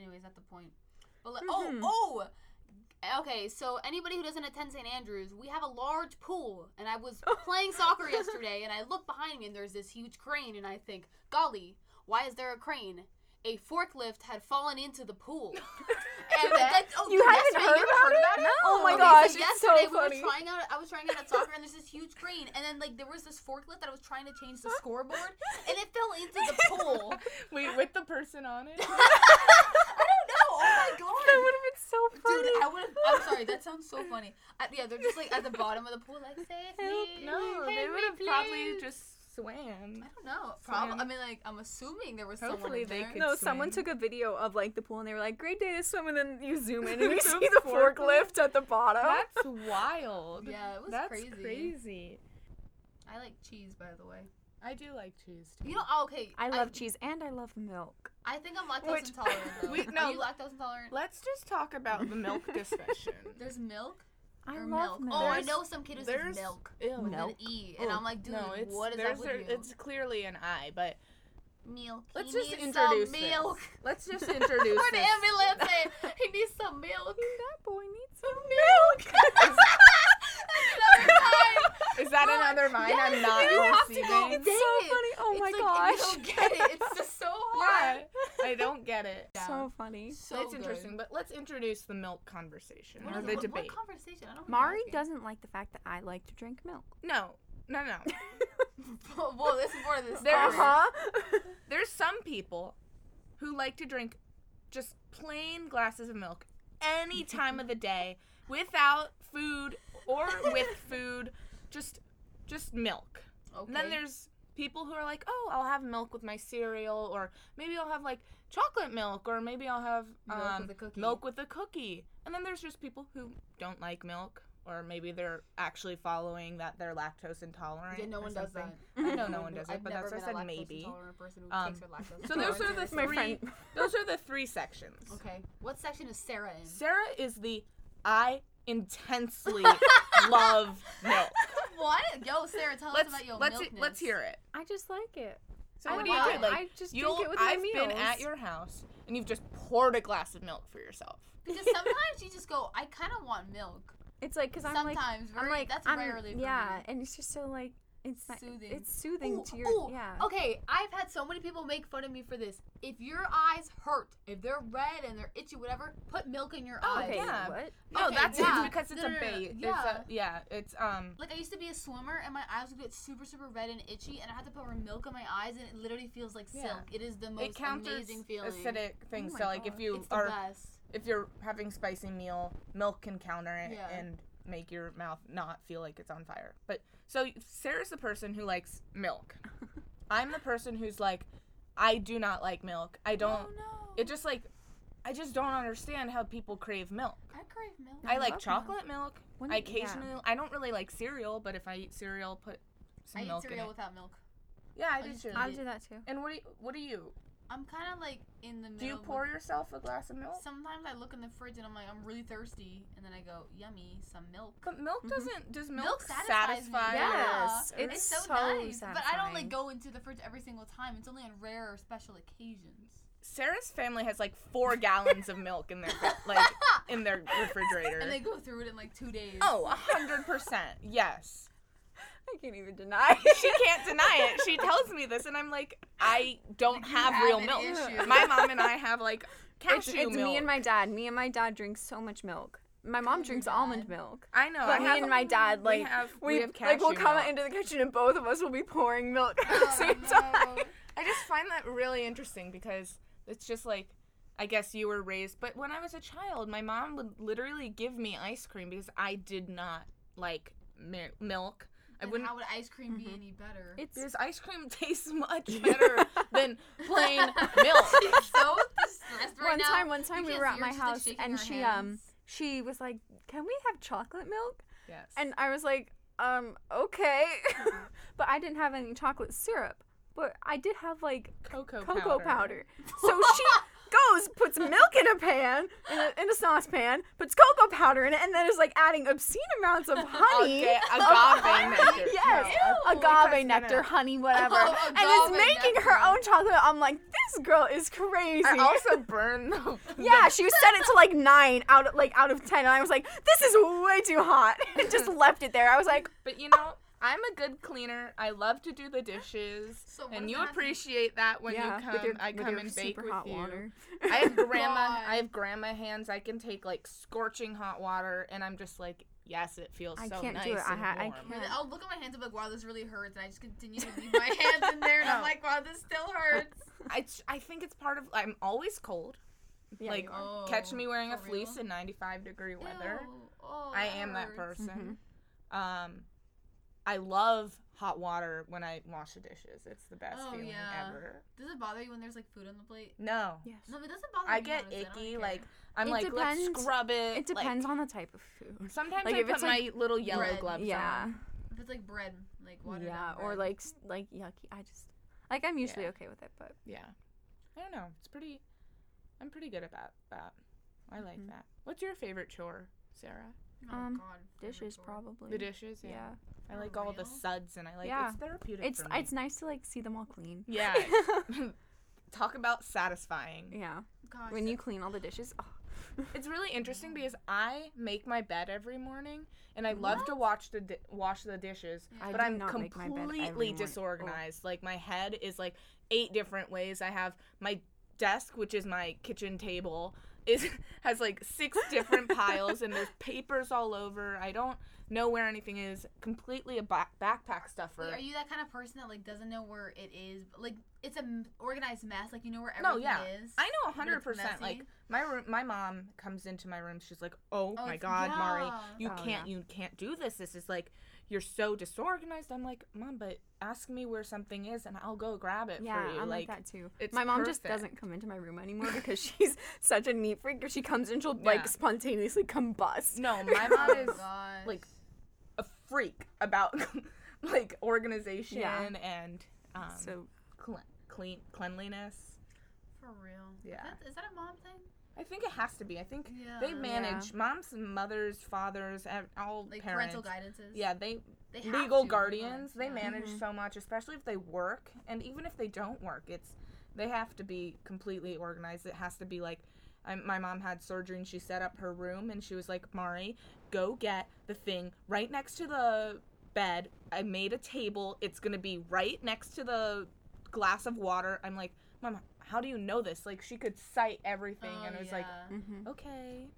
[SPEAKER 3] Anyways, at the point. But like,
[SPEAKER 4] Mhm.
[SPEAKER 3] oh, oh. Okay, so anybody who doesn't attend St. Andrews, we have a large pool, and I was playing soccer yesterday, and I look behind me, and there's this huge crane, and I think, golly, why is there a crane? A forklift had fallen into the pool. And that- oh,
[SPEAKER 4] You haven't
[SPEAKER 3] yesterday-
[SPEAKER 4] heard
[SPEAKER 3] you
[SPEAKER 4] about it?
[SPEAKER 3] about
[SPEAKER 4] Oh my
[SPEAKER 3] Okay,
[SPEAKER 4] gosh,
[SPEAKER 3] so
[SPEAKER 4] it's so
[SPEAKER 3] yesterday we
[SPEAKER 4] funny.
[SPEAKER 3] were trying out. I was trying out at soccer, and there's this huge crane, and then like there was this forklift that I was trying to change the scoreboard, and it fell into the pool.
[SPEAKER 2] Wait, with the person on
[SPEAKER 3] I
[SPEAKER 2] it?
[SPEAKER 3] don't know. Oh my
[SPEAKER 4] That
[SPEAKER 3] god.
[SPEAKER 4] would have been so funny.
[SPEAKER 3] Dude, I would have. I'm sorry. That sounds so funny. I, yeah, they're just like at the bottom of the pool, like save
[SPEAKER 4] Help,
[SPEAKER 3] me.
[SPEAKER 2] no, they
[SPEAKER 3] save
[SPEAKER 2] would
[SPEAKER 3] me,
[SPEAKER 2] have probably
[SPEAKER 3] please."
[SPEAKER 2] just swam.
[SPEAKER 3] I don't know.
[SPEAKER 2] Swim.
[SPEAKER 3] Probably. I mean, like I'm assuming there was
[SPEAKER 2] Hopefully
[SPEAKER 3] someone
[SPEAKER 2] they
[SPEAKER 3] in there.
[SPEAKER 2] could-
[SPEAKER 4] no, someone
[SPEAKER 2] swim.
[SPEAKER 4] took a video of like the pool and they were like, "Great day to swim," and then you zoom in and you
[SPEAKER 2] The
[SPEAKER 4] see the
[SPEAKER 2] forklift.
[SPEAKER 4] forklift at the bottom.
[SPEAKER 2] That's wild.
[SPEAKER 3] Yeah, it was
[SPEAKER 2] That's
[SPEAKER 3] crazy.
[SPEAKER 2] crazy.
[SPEAKER 3] I like cheese, by the way.
[SPEAKER 2] I do like cheese too.
[SPEAKER 3] You know, oh, okay.
[SPEAKER 4] I love cheese and I love milk.
[SPEAKER 3] I think I'm lactose
[SPEAKER 2] Which-
[SPEAKER 3] intolerant. Though.
[SPEAKER 2] we-
[SPEAKER 3] Are
[SPEAKER 2] no,
[SPEAKER 3] you lactose intolerant?
[SPEAKER 2] Let's just talk about the milk discussion.
[SPEAKER 3] There's milk
[SPEAKER 4] I
[SPEAKER 3] or milk.
[SPEAKER 4] love
[SPEAKER 3] Oh, I
[SPEAKER 2] There's-
[SPEAKER 3] know some kiddos use
[SPEAKER 2] there's-
[SPEAKER 3] milk
[SPEAKER 2] Ew.
[SPEAKER 3] with
[SPEAKER 4] Milk.
[SPEAKER 3] an e, and
[SPEAKER 4] Ugh.
[SPEAKER 3] I'm like, dude,
[SPEAKER 2] no, it's
[SPEAKER 3] what is
[SPEAKER 2] there's
[SPEAKER 3] that with
[SPEAKER 2] a-
[SPEAKER 3] you?
[SPEAKER 2] it's clearly an I, but
[SPEAKER 3] milk. He
[SPEAKER 2] Let's just
[SPEAKER 3] needs
[SPEAKER 2] introduce
[SPEAKER 3] some
[SPEAKER 2] this.
[SPEAKER 3] milk.
[SPEAKER 2] Let's just introduce
[SPEAKER 3] We're the
[SPEAKER 2] this.
[SPEAKER 3] ambulance. eh? he needs some milk.
[SPEAKER 4] That boy needs some milk.
[SPEAKER 3] Another time.
[SPEAKER 2] Is that another vine I'm not
[SPEAKER 3] you have to go
[SPEAKER 2] receiving?
[SPEAKER 4] it's
[SPEAKER 3] Dang
[SPEAKER 4] so
[SPEAKER 3] it.
[SPEAKER 4] funny. Oh
[SPEAKER 3] It's
[SPEAKER 4] my
[SPEAKER 3] like,
[SPEAKER 4] gosh.
[SPEAKER 3] You don't get it. It's just so hard.
[SPEAKER 2] Why? I don't get it.
[SPEAKER 4] so funny.
[SPEAKER 3] So
[SPEAKER 2] That's
[SPEAKER 3] good.
[SPEAKER 2] interesting, but let's introduce the milk conversation
[SPEAKER 3] What
[SPEAKER 2] or
[SPEAKER 3] is
[SPEAKER 2] the
[SPEAKER 3] it? What- what
[SPEAKER 2] debate.
[SPEAKER 3] conversation? I don't
[SPEAKER 4] Mari
[SPEAKER 3] remember
[SPEAKER 4] doesn't like the fact that I like to drink milk.
[SPEAKER 2] no, no, no.
[SPEAKER 3] asking. Whoa, this is more of this.
[SPEAKER 2] There's-
[SPEAKER 3] story.
[SPEAKER 4] huh.
[SPEAKER 2] There's some people who like to drink just plain glasses of milk any time of the day without food or with food, just just milk.
[SPEAKER 3] Okay.
[SPEAKER 2] And then there's people who are like, oh, I'll have milk with my cereal, or maybe I'll have like chocolate milk, or maybe I'll have
[SPEAKER 3] Milk with
[SPEAKER 2] um,
[SPEAKER 3] a cookie.
[SPEAKER 2] milk with a cookie. And then there's just people who don't like milk, or maybe they're actually following that they're lactose intolerant.
[SPEAKER 3] Yeah, no
[SPEAKER 2] or
[SPEAKER 3] one does
[SPEAKER 2] something.
[SPEAKER 3] that.
[SPEAKER 2] I know no one does
[SPEAKER 3] I've
[SPEAKER 2] it, but
[SPEAKER 3] never
[SPEAKER 2] that's why I
[SPEAKER 3] been a
[SPEAKER 2] said
[SPEAKER 3] lactose
[SPEAKER 2] maybe.
[SPEAKER 3] intolerant person who
[SPEAKER 2] Um,
[SPEAKER 3] takes her lactose
[SPEAKER 2] So those are the
[SPEAKER 3] intolerance
[SPEAKER 2] three.
[SPEAKER 4] My friend-
[SPEAKER 2] Those are the three sections.
[SPEAKER 3] seriously. Okay, what section is Sarah in?
[SPEAKER 2] Sarah is the I intensely love milk.
[SPEAKER 3] what? Yo, Sarah, tell
[SPEAKER 2] Let's
[SPEAKER 3] us about your
[SPEAKER 2] let's e,
[SPEAKER 3] milkness.
[SPEAKER 2] let's hear it.
[SPEAKER 4] I just like it.
[SPEAKER 2] So
[SPEAKER 4] I
[SPEAKER 2] what do
[SPEAKER 4] don't
[SPEAKER 2] you do?
[SPEAKER 4] know.
[SPEAKER 2] Like
[SPEAKER 4] I just drink
[SPEAKER 2] you'll,
[SPEAKER 4] it with my
[SPEAKER 2] I've been at
[SPEAKER 4] meals.
[SPEAKER 2] your house and you've just poured a glass of milk for yourself.
[SPEAKER 3] Because sometimes you just go, I kind of want milk.
[SPEAKER 4] It's like because I'm like
[SPEAKER 3] Sometimes,
[SPEAKER 4] I'm
[SPEAKER 3] very,
[SPEAKER 4] like
[SPEAKER 3] that's
[SPEAKER 4] I'm-
[SPEAKER 3] rarely. for
[SPEAKER 4] yeah,
[SPEAKER 3] me.
[SPEAKER 4] and it's just so like it's not-
[SPEAKER 3] Soothing.
[SPEAKER 4] It's soothing
[SPEAKER 3] Ooh,
[SPEAKER 4] to your
[SPEAKER 3] ooh,
[SPEAKER 4] yeah.
[SPEAKER 3] Okay, I've had so many people make fun of me for this. If your eyes hurt, if they're red and they're itchy, whatever, put milk in your eyes.
[SPEAKER 4] okay,
[SPEAKER 2] Oh, yeah.
[SPEAKER 4] what?
[SPEAKER 2] No,
[SPEAKER 3] Okay,
[SPEAKER 2] that's
[SPEAKER 3] yeah.
[SPEAKER 2] it because it's
[SPEAKER 3] No, no,
[SPEAKER 2] a
[SPEAKER 3] no, no.
[SPEAKER 2] bait.
[SPEAKER 3] Yeah.
[SPEAKER 2] It's a, yeah, it's um
[SPEAKER 3] Like I used to be a swimmer, and my eyes would get super, super red and itchy, and I had to put milk in my eyes, and it literally feels like
[SPEAKER 2] Yeah.
[SPEAKER 3] silk. It is the
[SPEAKER 2] it
[SPEAKER 3] most
[SPEAKER 2] counters
[SPEAKER 3] amazing feeling. Oh
[SPEAKER 2] acidic things.
[SPEAKER 4] my
[SPEAKER 2] so like if
[SPEAKER 4] God.
[SPEAKER 2] you
[SPEAKER 3] It's the
[SPEAKER 2] are
[SPEAKER 3] best.
[SPEAKER 2] if you're having spicy meal, milk can counter it
[SPEAKER 3] Yeah.
[SPEAKER 2] and make your mouth not feel like it's on fire. But so Sarah's the person who likes milk. I'm the person who's like I do not like milk. I don't
[SPEAKER 3] Oh, no.
[SPEAKER 2] it just like I just don't understand how people crave milk.
[SPEAKER 3] I crave milk.
[SPEAKER 2] I
[SPEAKER 4] I
[SPEAKER 2] like
[SPEAKER 4] love
[SPEAKER 2] chocolate milk.
[SPEAKER 4] When
[SPEAKER 2] I
[SPEAKER 4] you- yeah.
[SPEAKER 2] occasionally I don't really like cereal, but if I eat cereal, put some
[SPEAKER 3] I eat
[SPEAKER 2] milk in
[SPEAKER 3] cereal
[SPEAKER 2] it.
[SPEAKER 3] without milk.
[SPEAKER 2] Yeah, I
[SPEAKER 3] I
[SPEAKER 2] do
[SPEAKER 3] just
[SPEAKER 2] too.
[SPEAKER 3] eat
[SPEAKER 4] I
[SPEAKER 3] it.
[SPEAKER 4] do that too.
[SPEAKER 2] And what do you, what do you?
[SPEAKER 3] I'm kind of like in the middle.
[SPEAKER 2] Do you
[SPEAKER 3] with-
[SPEAKER 2] pour yourself a glass of milk?
[SPEAKER 3] Sometimes I look in the fridge and I'm like, I'm really thirsty, and then I go, yummy, some milk.
[SPEAKER 2] But milk
[SPEAKER 4] Mhm.
[SPEAKER 2] doesn't. Does milk,
[SPEAKER 3] Milk
[SPEAKER 2] satisfy?
[SPEAKER 3] satisfies me. Yeah.
[SPEAKER 4] Yes, it's, so,
[SPEAKER 3] nice,
[SPEAKER 4] satisfying.
[SPEAKER 3] but I don't like go into the fridge every single time. It's only on rare or special occasions.
[SPEAKER 2] Sarah's family has like four gallons of milk in their fri- like in their refrigerator.
[SPEAKER 3] And they go through it in like two days.
[SPEAKER 2] Oh, a hundred percent. Yes.
[SPEAKER 4] I can't even deny.
[SPEAKER 2] She can't deny it. She tells me this, and I'm like, I don't
[SPEAKER 3] You
[SPEAKER 2] have,
[SPEAKER 3] have
[SPEAKER 2] real
[SPEAKER 3] an
[SPEAKER 2] milk.
[SPEAKER 3] issue.
[SPEAKER 2] My mom and I have like
[SPEAKER 4] It's,
[SPEAKER 2] cashew
[SPEAKER 4] it's
[SPEAKER 2] milk.
[SPEAKER 4] me and my dad. Me and my dad drink so much milk. My mom
[SPEAKER 3] your
[SPEAKER 4] drinks
[SPEAKER 3] dad.
[SPEAKER 4] almond milk.
[SPEAKER 2] I know.
[SPEAKER 4] but
[SPEAKER 2] I
[SPEAKER 4] me
[SPEAKER 2] have,
[SPEAKER 4] and my dad, like,
[SPEAKER 2] we have,
[SPEAKER 4] we,
[SPEAKER 2] we have cashew
[SPEAKER 4] like we'll come
[SPEAKER 2] milk.
[SPEAKER 4] out into the kitchen and both of us will be pouring milk at the
[SPEAKER 3] Oh,
[SPEAKER 4] same
[SPEAKER 3] no.
[SPEAKER 4] time.
[SPEAKER 2] I just find that really interesting because it's just like I guess you were raised, but when I was a child, my mom would literally give me ice cream because I did not like mi- milk. I
[SPEAKER 3] Then
[SPEAKER 2] wouldn't.
[SPEAKER 3] How would ice cream be any better?
[SPEAKER 4] Mm-hmm. It's
[SPEAKER 2] Because ice cream tastes much better than plain milk.
[SPEAKER 3] She's so distressed right
[SPEAKER 4] one
[SPEAKER 3] now.
[SPEAKER 4] time, one time
[SPEAKER 3] You
[SPEAKER 4] we
[SPEAKER 3] can't see her,
[SPEAKER 4] were at my
[SPEAKER 3] she's, like,
[SPEAKER 4] house
[SPEAKER 3] shaking
[SPEAKER 4] and
[SPEAKER 3] her
[SPEAKER 4] she um
[SPEAKER 3] hands.
[SPEAKER 4] she was like, "Can we have chocolate milk?"
[SPEAKER 2] Yes.
[SPEAKER 4] And I was like, "Um, okay." but I didn't have any chocolate syrup, but I did have like
[SPEAKER 2] cocoa,
[SPEAKER 4] cocoa powder. So she goes, puts milk in a pan, in a, in a saucepan, puts cocoa powder in it, and then is like adding obscene amounts of honey.
[SPEAKER 2] Okay,
[SPEAKER 4] of
[SPEAKER 2] agave
[SPEAKER 4] honey-
[SPEAKER 2] nectar.
[SPEAKER 4] Yes,
[SPEAKER 2] No, I-
[SPEAKER 4] agave nectar, honey, whatever.
[SPEAKER 3] Oh,
[SPEAKER 4] and is
[SPEAKER 3] agave
[SPEAKER 4] making her
[SPEAKER 3] nectar.
[SPEAKER 4] own chocolate. I'm like, this girl is crazy.
[SPEAKER 2] I also burn the.
[SPEAKER 4] yeah, she set it to like nine out of like out of ten, and I was like, this is way too hot, and just left it there. I was like,
[SPEAKER 2] But you know, I'm a good cleaner. I love to do the dishes,
[SPEAKER 3] So what
[SPEAKER 2] and
[SPEAKER 3] does
[SPEAKER 2] you
[SPEAKER 3] that have to-
[SPEAKER 2] appreciate that when
[SPEAKER 4] yeah,
[SPEAKER 2] you come.
[SPEAKER 4] with your,
[SPEAKER 2] I
[SPEAKER 4] with
[SPEAKER 2] come
[SPEAKER 4] your
[SPEAKER 2] and bake
[SPEAKER 4] super
[SPEAKER 2] with
[SPEAKER 4] hot
[SPEAKER 2] you.
[SPEAKER 4] water.
[SPEAKER 2] I have grandma.
[SPEAKER 3] God.
[SPEAKER 2] I have grandma hands. I can take like scorching hot water, and I'm just like, yes, it feels
[SPEAKER 4] I
[SPEAKER 2] so
[SPEAKER 4] can't
[SPEAKER 2] nice
[SPEAKER 4] do it. I
[SPEAKER 2] and
[SPEAKER 4] ha- I
[SPEAKER 2] warm.
[SPEAKER 4] can't.
[SPEAKER 3] Really, I'll look at my hands and be like, wow, this really hurts. And I just continue to leave my hands in there. And I'm
[SPEAKER 2] No.
[SPEAKER 3] like, wow, this still hurts.
[SPEAKER 2] I, I think it's part of. I'm always cold.
[SPEAKER 4] Yeah,
[SPEAKER 2] like
[SPEAKER 4] you are.
[SPEAKER 3] Oh,
[SPEAKER 2] catch me wearing a
[SPEAKER 3] for
[SPEAKER 2] fleece
[SPEAKER 3] real?
[SPEAKER 2] in 95 degree weather.
[SPEAKER 3] Ew. Oh,
[SPEAKER 2] I am that
[SPEAKER 3] hurts.
[SPEAKER 2] person.
[SPEAKER 4] Mm-hmm.
[SPEAKER 2] Um, I love hot water when I wash the dishes. It's the best
[SPEAKER 3] Oh,
[SPEAKER 2] feeling
[SPEAKER 3] yeah.
[SPEAKER 2] ever.
[SPEAKER 3] Does it bother you when there's like food on the plate?
[SPEAKER 2] No,
[SPEAKER 4] yes.
[SPEAKER 3] No, it doesn't bother me.
[SPEAKER 2] I get
[SPEAKER 3] honestly. Oh I don't
[SPEAKER 2] icky.
[SPEAKER 3] care.
[SPEAKER 2] like I'm
[SPEAKER 4] It
[SPEAKER 2] like let's
[SPEAKER 4] depends-
[SPEAKER 2] scrub it.
[SPEAKER 4] It
[SPEAKER 2] like,
[SPEAKER 4] depends on the type of food.
[SPEAKER 2] sometimes
[SPEAKER 4] like,
[SPEAKER 2] I
[SPEAKER 4] if
[SPEAKER 2] put
[SPEAKER 4] it's,
[SPEAKER 2] my
[SPEAKER 4] like,
[SPEAKER 2] little yellow
[SPEAKER 3] bread,
[SPEAKER 2] gloves
[SPEAKER 4] Yeah.
[SPEAKER 2] on.
[SPEAKER 3] if it's like bread, like
[SPEAKER 2] Mm.
[SPEAKER 3] water.
[SPEAKER 4] yeah, or like s- like yucky. I just like I'm usually
[SPEAKER 2] Yeah.
[SPEAKER 4] okay with it, but
[SPEAKER 2] Yeah, I don't know. It's pretty. I'm pretty good about that. I like
[SPEAKER 4] Mm-hmm.
[SPEAKER 2] that. What's your favorite chore, Sarah?
[SPEAKER 3] oh,
[SPEAKER 4] um,
[SPEAKER 3] God, favorite
[SPEAKER 4] dishes
[SPEAKER 3] chore.
[SPEAKER 4] probably.
[SPEAKER 2] The dishes. Yeah.
[SPEAKER 4] Yeah,
[SPEAKER 2] I
[SPEAKER 3] For
[SPEAKER 2] like all the
[SPEAKER 3] real?
[SPEAKER 2] suds, and I like
[SPEAKER 4] Yeah.
[SPEAKER 2] it's therapeutic.
[SPEAKER 4] it's
[SPEAKER 2] for me.
[SPEAKER 4] it's nice to like see them all clean.
[SPEAKER 2] yeah. Talk about satisfying.
[SPEAKER 4] yeah.
[SPEAKER 3] Gosh,
[SPEAKER 4] When
[SPEAKER 3] that-
[SPEAKER 4] you clean all the dishes, oh,
[SPEAKER 2] It's really interesting because I make my bed every morning, and I love to watch the di- wash the dishes,
[SPEAKER 3] Yeah.
[SPEAKER 4] I
[SPEAKER 2] but
[SPEAKER 4] do
[SPEAKER 2] I'm
[SPEAKER 4] not make my bed every
[SPEAKER 2] completely
[SPEAKER 4] morning. Oh.
[SPEAKER 2] disorganized. Like my head is like eight different ways. I have my desk, which is my kitchen table, is has like six different piles, and there's papers all over. I don't know where anything is. Completely a ba- backpack stuffer.
[SPEAKER 3] Wait, are you that kind of person that like doesn't know where it is? But, like it's a m- organized mess. Like you know where
[SPEAKER 2] No,
[SPEAKER 3] everything
[SPEAKER 2] yeah.
[SPEAKER 3] is.
[SPEAKER 2] I know
[SPEAKER 3] but it's
[SPEAKER 2] 100%. Like
[SPEAKER 3] messy?
[SPEAKER 2] my room, my mom comes into my room. She's like, "Oh,
[SPEAKER 3] Oh,
[SPEAKER 2] my
[SPEAKER 3] it's-
[SPEAKER 2] god, Mari,
[SPEAKER 3] yeah.
[SPEAKER 2] you
[SPEAKER 4] Oh,
[SPEAKER 2] can't you can't do this. This is like you're so disorganized." I'm like, "Mom, but ask me where something is and I'll go grab it
[SPEAKER 4] yeah,
[SPEAKER 2] for you."
[SPEAKER 4] I'm
[SPEAKER 2] like
[SPEAKER 4] like, that too.
[SPEAKER 2] it's
[SPEAKER 4] My mom just
[SPEAKER 2] perfect.
[SPEAKER 4] doesn't come into my room anymore because she's such a neat freak. If she comes in, she'll
[SPEAKER 2] Yeah.
[SPEAKER 4] like spontaneously combust.
[SPEAKER 2] No, my
[SPEAKER 3] Oh,
[SPEAKER 2] mom is
[SPEAKER 3] gosh.
[SPEAKER 2] like a freak about like organization
[SPEAKER 4] Yeah.
[SPEAKER 2] and um
[SPEAKER 4] So
[SPEAKER 2] cle- clean cleanliness.
[SPEAKER 3] for real.
[SPEAKER 2] Yeah.
[SPEAKER 3] That, is that a mom thing?
[SPEAKER 2] I think it has to be. I think
[SPEAKER 3] Yeah.
[SPEAKER 2] they manage moms, mothers, fathers, and all
[SPEAKER 3] Like
[SPEAKER 2] parents.
[SPEAKER 3] parental guidances.
[SPEAKER 2] Yeah, they
[SPEAKER 3] They have
[SPEAKER 2] legal
[SPEAKER 3] to,
[SPEAKER 2] guardians they
[SPEAKER 3] yeah. Mm-hmm.
[SPEAKER 2] manage so much especially if they work and even if they don't work it's they have to be completely organized it has to be like I, my mom had surgery and she set up her room and she was like mari go get the thing right next to the bed i made a table it's gonna be right next to the glass of water i'm like mom how do you know this like she could cite everything
[SPEAKER 3] Oh,
[SPEAKER 2] and it was like
[SPEAKER 3] yeah.
[SPEAKER 4] mhm.
[SPEAKER 2] okay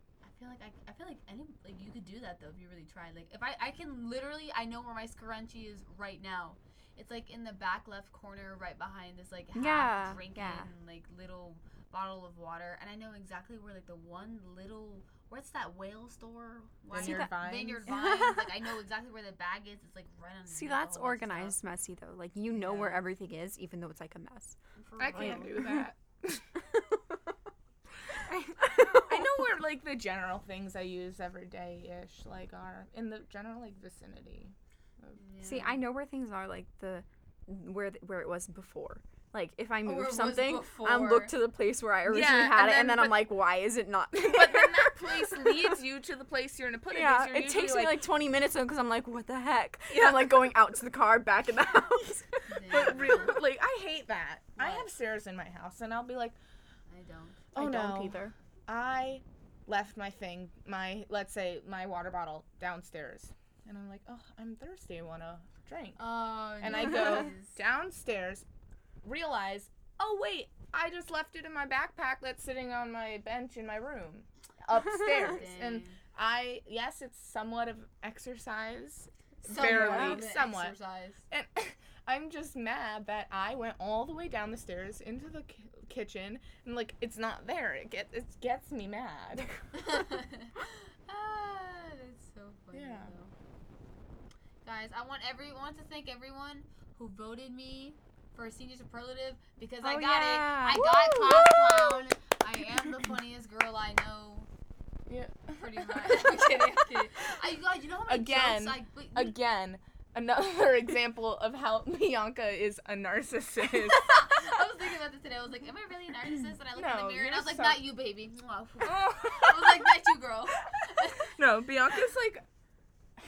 [SPEAKER 3] I feel like I, I feel like any like you could do that though if you really tried. Like if I I can literally I know where my scrunchie is right now. It's like in the back left corner, right behind this like half
[SPEAKER 4] Yeah,
[SPEAKER 3] drinking
[SPEAKER 4] yeah.
[SPEAKER 3] like little bottle of water, and I know exactly where like the one little what's that whale store? Wine-
[SPEAKER 4] See
[SPEAKER 2] vineyard
[SPEAKER 4] that-
[SPEAKER 2] vines
[SPEAKER 3] Vineyard Vines. like I know exactly where the bag is. It's like right under.
[SPEAKER 4] See, that's organized, messy though. Like you know
[SPEAKER 3] Yeah.
[SPEAKER 4] where everything is, even though it's like a mess.
[SPEAKER 2] i can't do that I
[SPEAKER 4] I
[SPEAKER 2] know where like the general things I use every day ish like are in the general like vicinity.
[SPEAKER 4] See, I know where things are, like the where th- where it was before. Like if
[SPEAKER 2] Oh,
[SPEAKER 4] I move
[SPEAKER 3] it was
[SPEAKER 4] something, I'll look
[SPEAKER 3] before.
[SPEAKER 4] to the place where I originally
[SPEAKER 2] Yeah,
[SPEAKER 4] had
[SPEAKER 2] and
[SPEAKER 4] it, and
[SPEAKER 2] then-
[SPEAKER 4] then I'm
[SPEAKER 2] but-
[SPEAKER 4] like, why is it not? there?
[SPEAKER 2] but then that place leads you to the place you're gonna put it. 'cause
[SPEAKER 4] yeah,
[SPEAKER 2] you're
[SPEAKER 4] it
[SPEAKER 2] usually
[SPEAKER 4] takes me like 20 minutes because I'm like, what the heck? And I'm like going out to the car, back in the house.
[SPEAKER 2] But real, like I hate that. I
[SPEAKER 3] What?
[SPEAKER 2] have stairs in my house, and I'll be like,
[SPEAKER 3] I don't.
[SPEAKER 2] oh
[SPEAKER 4] I
[SPEAKER 2] no,
[SPEAKER 4] don't either.
[SPEAKER 2] I left my thing, my let's say my water bottle downstairs, and I'm like, oh, I'm thirsty, I want to drink,
[SPEAKER 3] Oh,
[SPEAKER 2] and I go downstairs, realize, oh wait, I just left it in my backpack that's sitting on my bench in my room upstairs, and I yes, it's somewhat of exercise, barely, somewhat.
[SPEAKER 3] Exercise.
[SPEAKER 2] and I'm just mad that I went all the way down the stairs into the ki- kitchen and like it's not there. It get it gets me mad.
[SPEAKER 3] ah, that's so funny.
[SPEAKER 2] Yeah.
[SPEAKER 3] Though. Guys, I want every want to thank everyone who voted me for senior superlative because I
[SPEAKER 4] Oh,
[SPEAKER 3] got
[SPEAKER 4] yeah.
[SPEAKER 3] it. I got
[SPEAKER 4] Woo,
[SPEAKER 3] class clown. I am the funniest girl I know.
[SPEAKER 2] Yeah.
[SPEAKER 3] Pretty much. I'm kidding. I'm kidding. I, God, you know how many
[SPEAKER 2] Again.
[SPEAKER 3] jokes I, wait, you-
[SPEAKER 2] Again, another example of how Bianca is a narcissist.
[SPEAKER 3] I was thinking about this today. I was like, am I really a narcissist? And I looked in
[SPEAKER 2] No,
[SPEAKER 3] the mirror and I
[SPEAKER 2] you're
[SPEAKER 3] was like,
[SPEAKER 2] so-
[SPEAKER 3] not you, baby. I was like, not you, girl.
[SPEAKER 2] no, Bianca's like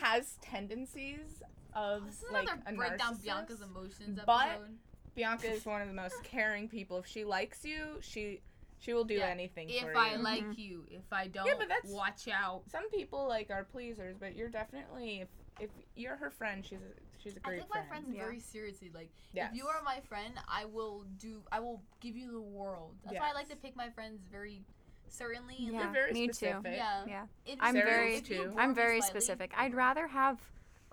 [SPEAKER 2] has tendencies of
[SPEAKER 3] This is
[SPEAKER 2] like
[SPEAKER 3] another
[SPEAKER 2] a
[SPEAKER 3] breakdown
[SPEAKER 2] narcissist.
[SPEAKER 3] Bianca's emotions episode.
[SPEAKER 2] but- Bianca is one of the most caring people. If she likes you, she she will do
[SPEAKER 3] Yeah,
[SPEAKER 2] anything for
[SPEAKER 3] if
[SPEAKER 2] you.
[SPEAKER 3] I like Mm-hmm. you, if I don't,
[SPEAKER 2] but that's-
[SPEAKER 3] watch out.
[SPEAKER 2] some people like are pleasers, but you're definitely if if you're her friend, she's a, she's a
[SPEAKER 3] I
[SPEAKER 2] great
[SPEAKER 3] take my
[SPEAKER 2] friend.
[SPEAKER 3] friends
[SPEAKER 4] friend. Yeah.
[SPEAKER 3] very seriously. Like,
[SPEAKER 2] Yes.
[SPEAKER 3] if you are my friend, I will do. I will give you the world. That's why I like to
[SPEAKER 2] Yes.
[SPEAKER 3] pick my friends very certainly. and,
[SPEAKER 4] Yeah.
[SPEAKER 2] They're very
[SPEAKER 4] me too.
[SPEAKER 2] specific.
[SPEAKER 3] Like, yeah.
[SPEAKER 4] Yeah.
[SPEAKER 3] If
[SPEAKER 4] I'm
[SPEAKER 3] you-
[SPEAKER 4] very-
[SPEAKER 3] if you
[SPEAKER 2] I'm
[SPEAKER 3] bore me
[SPEAKER 4] I'm very
[SPEAKER 3] slightly-
[SPEAKER 4] specific. I'd rather have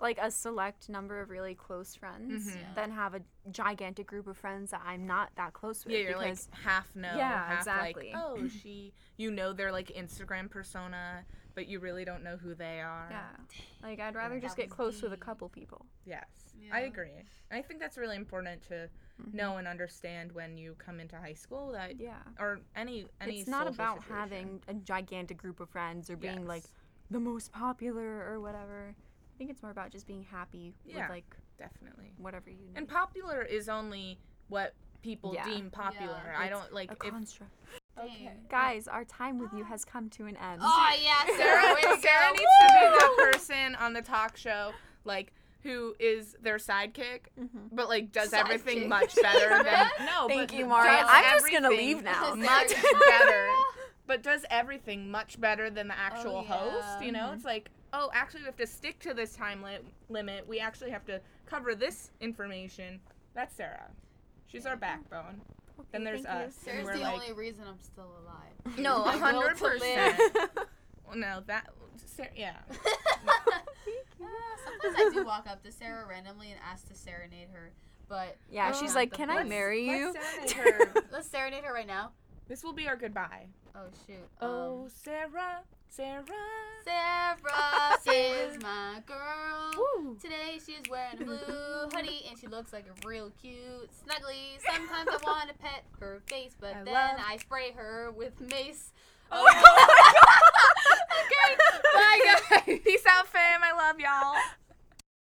[SPEAKER 4] like a select number of really close friends
[SPEAKER 2] Mhm.
[SPEAKER 3] Yeah.
[SPEAKER 4] than have a gigantic group of friends that I'm not that close with.
[SPEAKER 2] Yeah, you're like
[SPEAKER 4] because
[SPEAKER 2] half no,
[SPEAKER 4] Yeah,
[SPEAKER 2] half
[SPEAKER 4] exactly.
[SPEAKER 2] like oh she. You know their like Instagram persona, but you really don't know who they are.
[SPEAKER 4] yeah, like I'd rather
[SPEAKER 2] That
[SPEAKER 4] just get
[SPEAKER 3] was
[SPEAKER 4] close with a
[SPEAKER 3] deep.
[SPEAKER 4] couple people.
[SPEAKER 2] Yes,
[SPEAKER 3] Yeah.
[SPEAKER 2] I agree. I think that's really important to know and understand when you come into high school that
[SPEAKER 4] Mm-hmm. Yeah,
[SPEAKER 2] or any any.
[SPEAKER 4] it's not
[SPEAKER 2] social
[SPEAKER 4] about
[SPEAKER 2] situation.
[SPEAKER 4] having a gigantic group of friends or being like
[SPEAKER 2] Yes,
[SPEAKER 4] the most popular or whatever. I think it's more about just being happy
[SPEAKER 2] Yeah.
[SPEAKER 4] with like
[SPEAKER 2] definitely.
[SPEAKER 4] whatever you need.
[SPEAKER 2] And popular is only what people
[SPEAKER 4] Yeah.
[SPEAKER 2] deem popular.
[SPEAKER 3] Yeah.
[SPEAKER 2] I
[SPEAKER 4] It's
[SPEAKER 2] don't like
[SPEAKER 4] a
[SPEAKER 2] if
[SPEAKER 4] construct.
[SPEAKER 3] Dang.
[SPEAKER 4] Guys, our time with you has come to an end.
[SPEAKER 2] Ah!
[SPEAKER 3] Oh yeah, Sarah.
[SPEAKER 2] Sarah,
[SPEAKER 3] way to
[SPEAKER 2] Sarah
[SPEAKER 3] go.
[SPEAKER 2] needs to be that person on the talk show, like who is their sidekick,
[SPEAKER 4] Mhm.
[SPEAKER 2] but like does everything
[SPEAKER 3] Sidekick.
[SPEAKER 2] much better than no. Oh, but
[SPEAKER 4] Thank you, Mario.
[SPEAKER 2] does
[SPEAKER 4] I'm just gonna
[SPEAKER 2] everything
[SPEAKER 4] leave now.
[SPEAKER 2] Much better, but does everything much better than the actual
[SPEAKER 3] yeah.
[SPEAKER 2] host. You know,
[SPEAKER 4] Mhm.
[SPEAKER 2] it's like oh, actually we have to stick to this time li- limit. We actually have to cover this information. That's Sarah. She's our backbone.
[SPEAKER 4] Okay,
[SPEAKER 2] Then there's
[SPEAKER 4] thank you.
[SPEAKER 2] us. and
[SPEAKER 3] There's
[SPEAKER 2] we're
[SPEAKER 3] the
[SPEAKER 2] like-
[SPEAKER 3] only reason I'm still alive.
[SPEAKER 2] No,
[SPEAKER 3] My will to
[SPEAKER 2] 100%.
[SPEAKER 3] live.
[SPEAKER 2] Well, no, that Sarah, yeah.
[SPEAKER 3] Sometimes I do walk up to Sarah randomly and ask to serenade her, but
[SPEAKER 4] Yeah,
[SPEAKER 2] Oh,
[SPEAKER 4] she's
[SPEAKER 3] not
[SPEAKER 4] like,
[SPEAKER 3] the
[SPEAKER 4] "Can I
[SPEAKER 3] best.
[SPEAKER 4] marry you?"
[SPEAKER 2] Let's serenade her.
[SPEAKER 3] let's serenade her right now.
[SPEAKER 2] This will be our goodbye.
[SPEAKER 3] Oh shoot.
[SPEAKER 2] Oh,
[SPEAKER 3] Um,
[SPEAKER 2] Sarah, Sarah.
[SPEAKER 3] Sarah is my girl.
[SPEAKER 2] Woo.
[SPEAKER 3] Today she is wearing a blue hoodie and she looks like a real cute snuggly. Sometimes I want to pet her face, but
[SPEAKER 2] I
[SPEAKER 3] then
[SPEAKER 2] love-
[SPEAKER 3] I spray her with mace.
[SPEAKER 2] Oh, my God. okay. Bye, guys. Peace out, fam. I love y'all.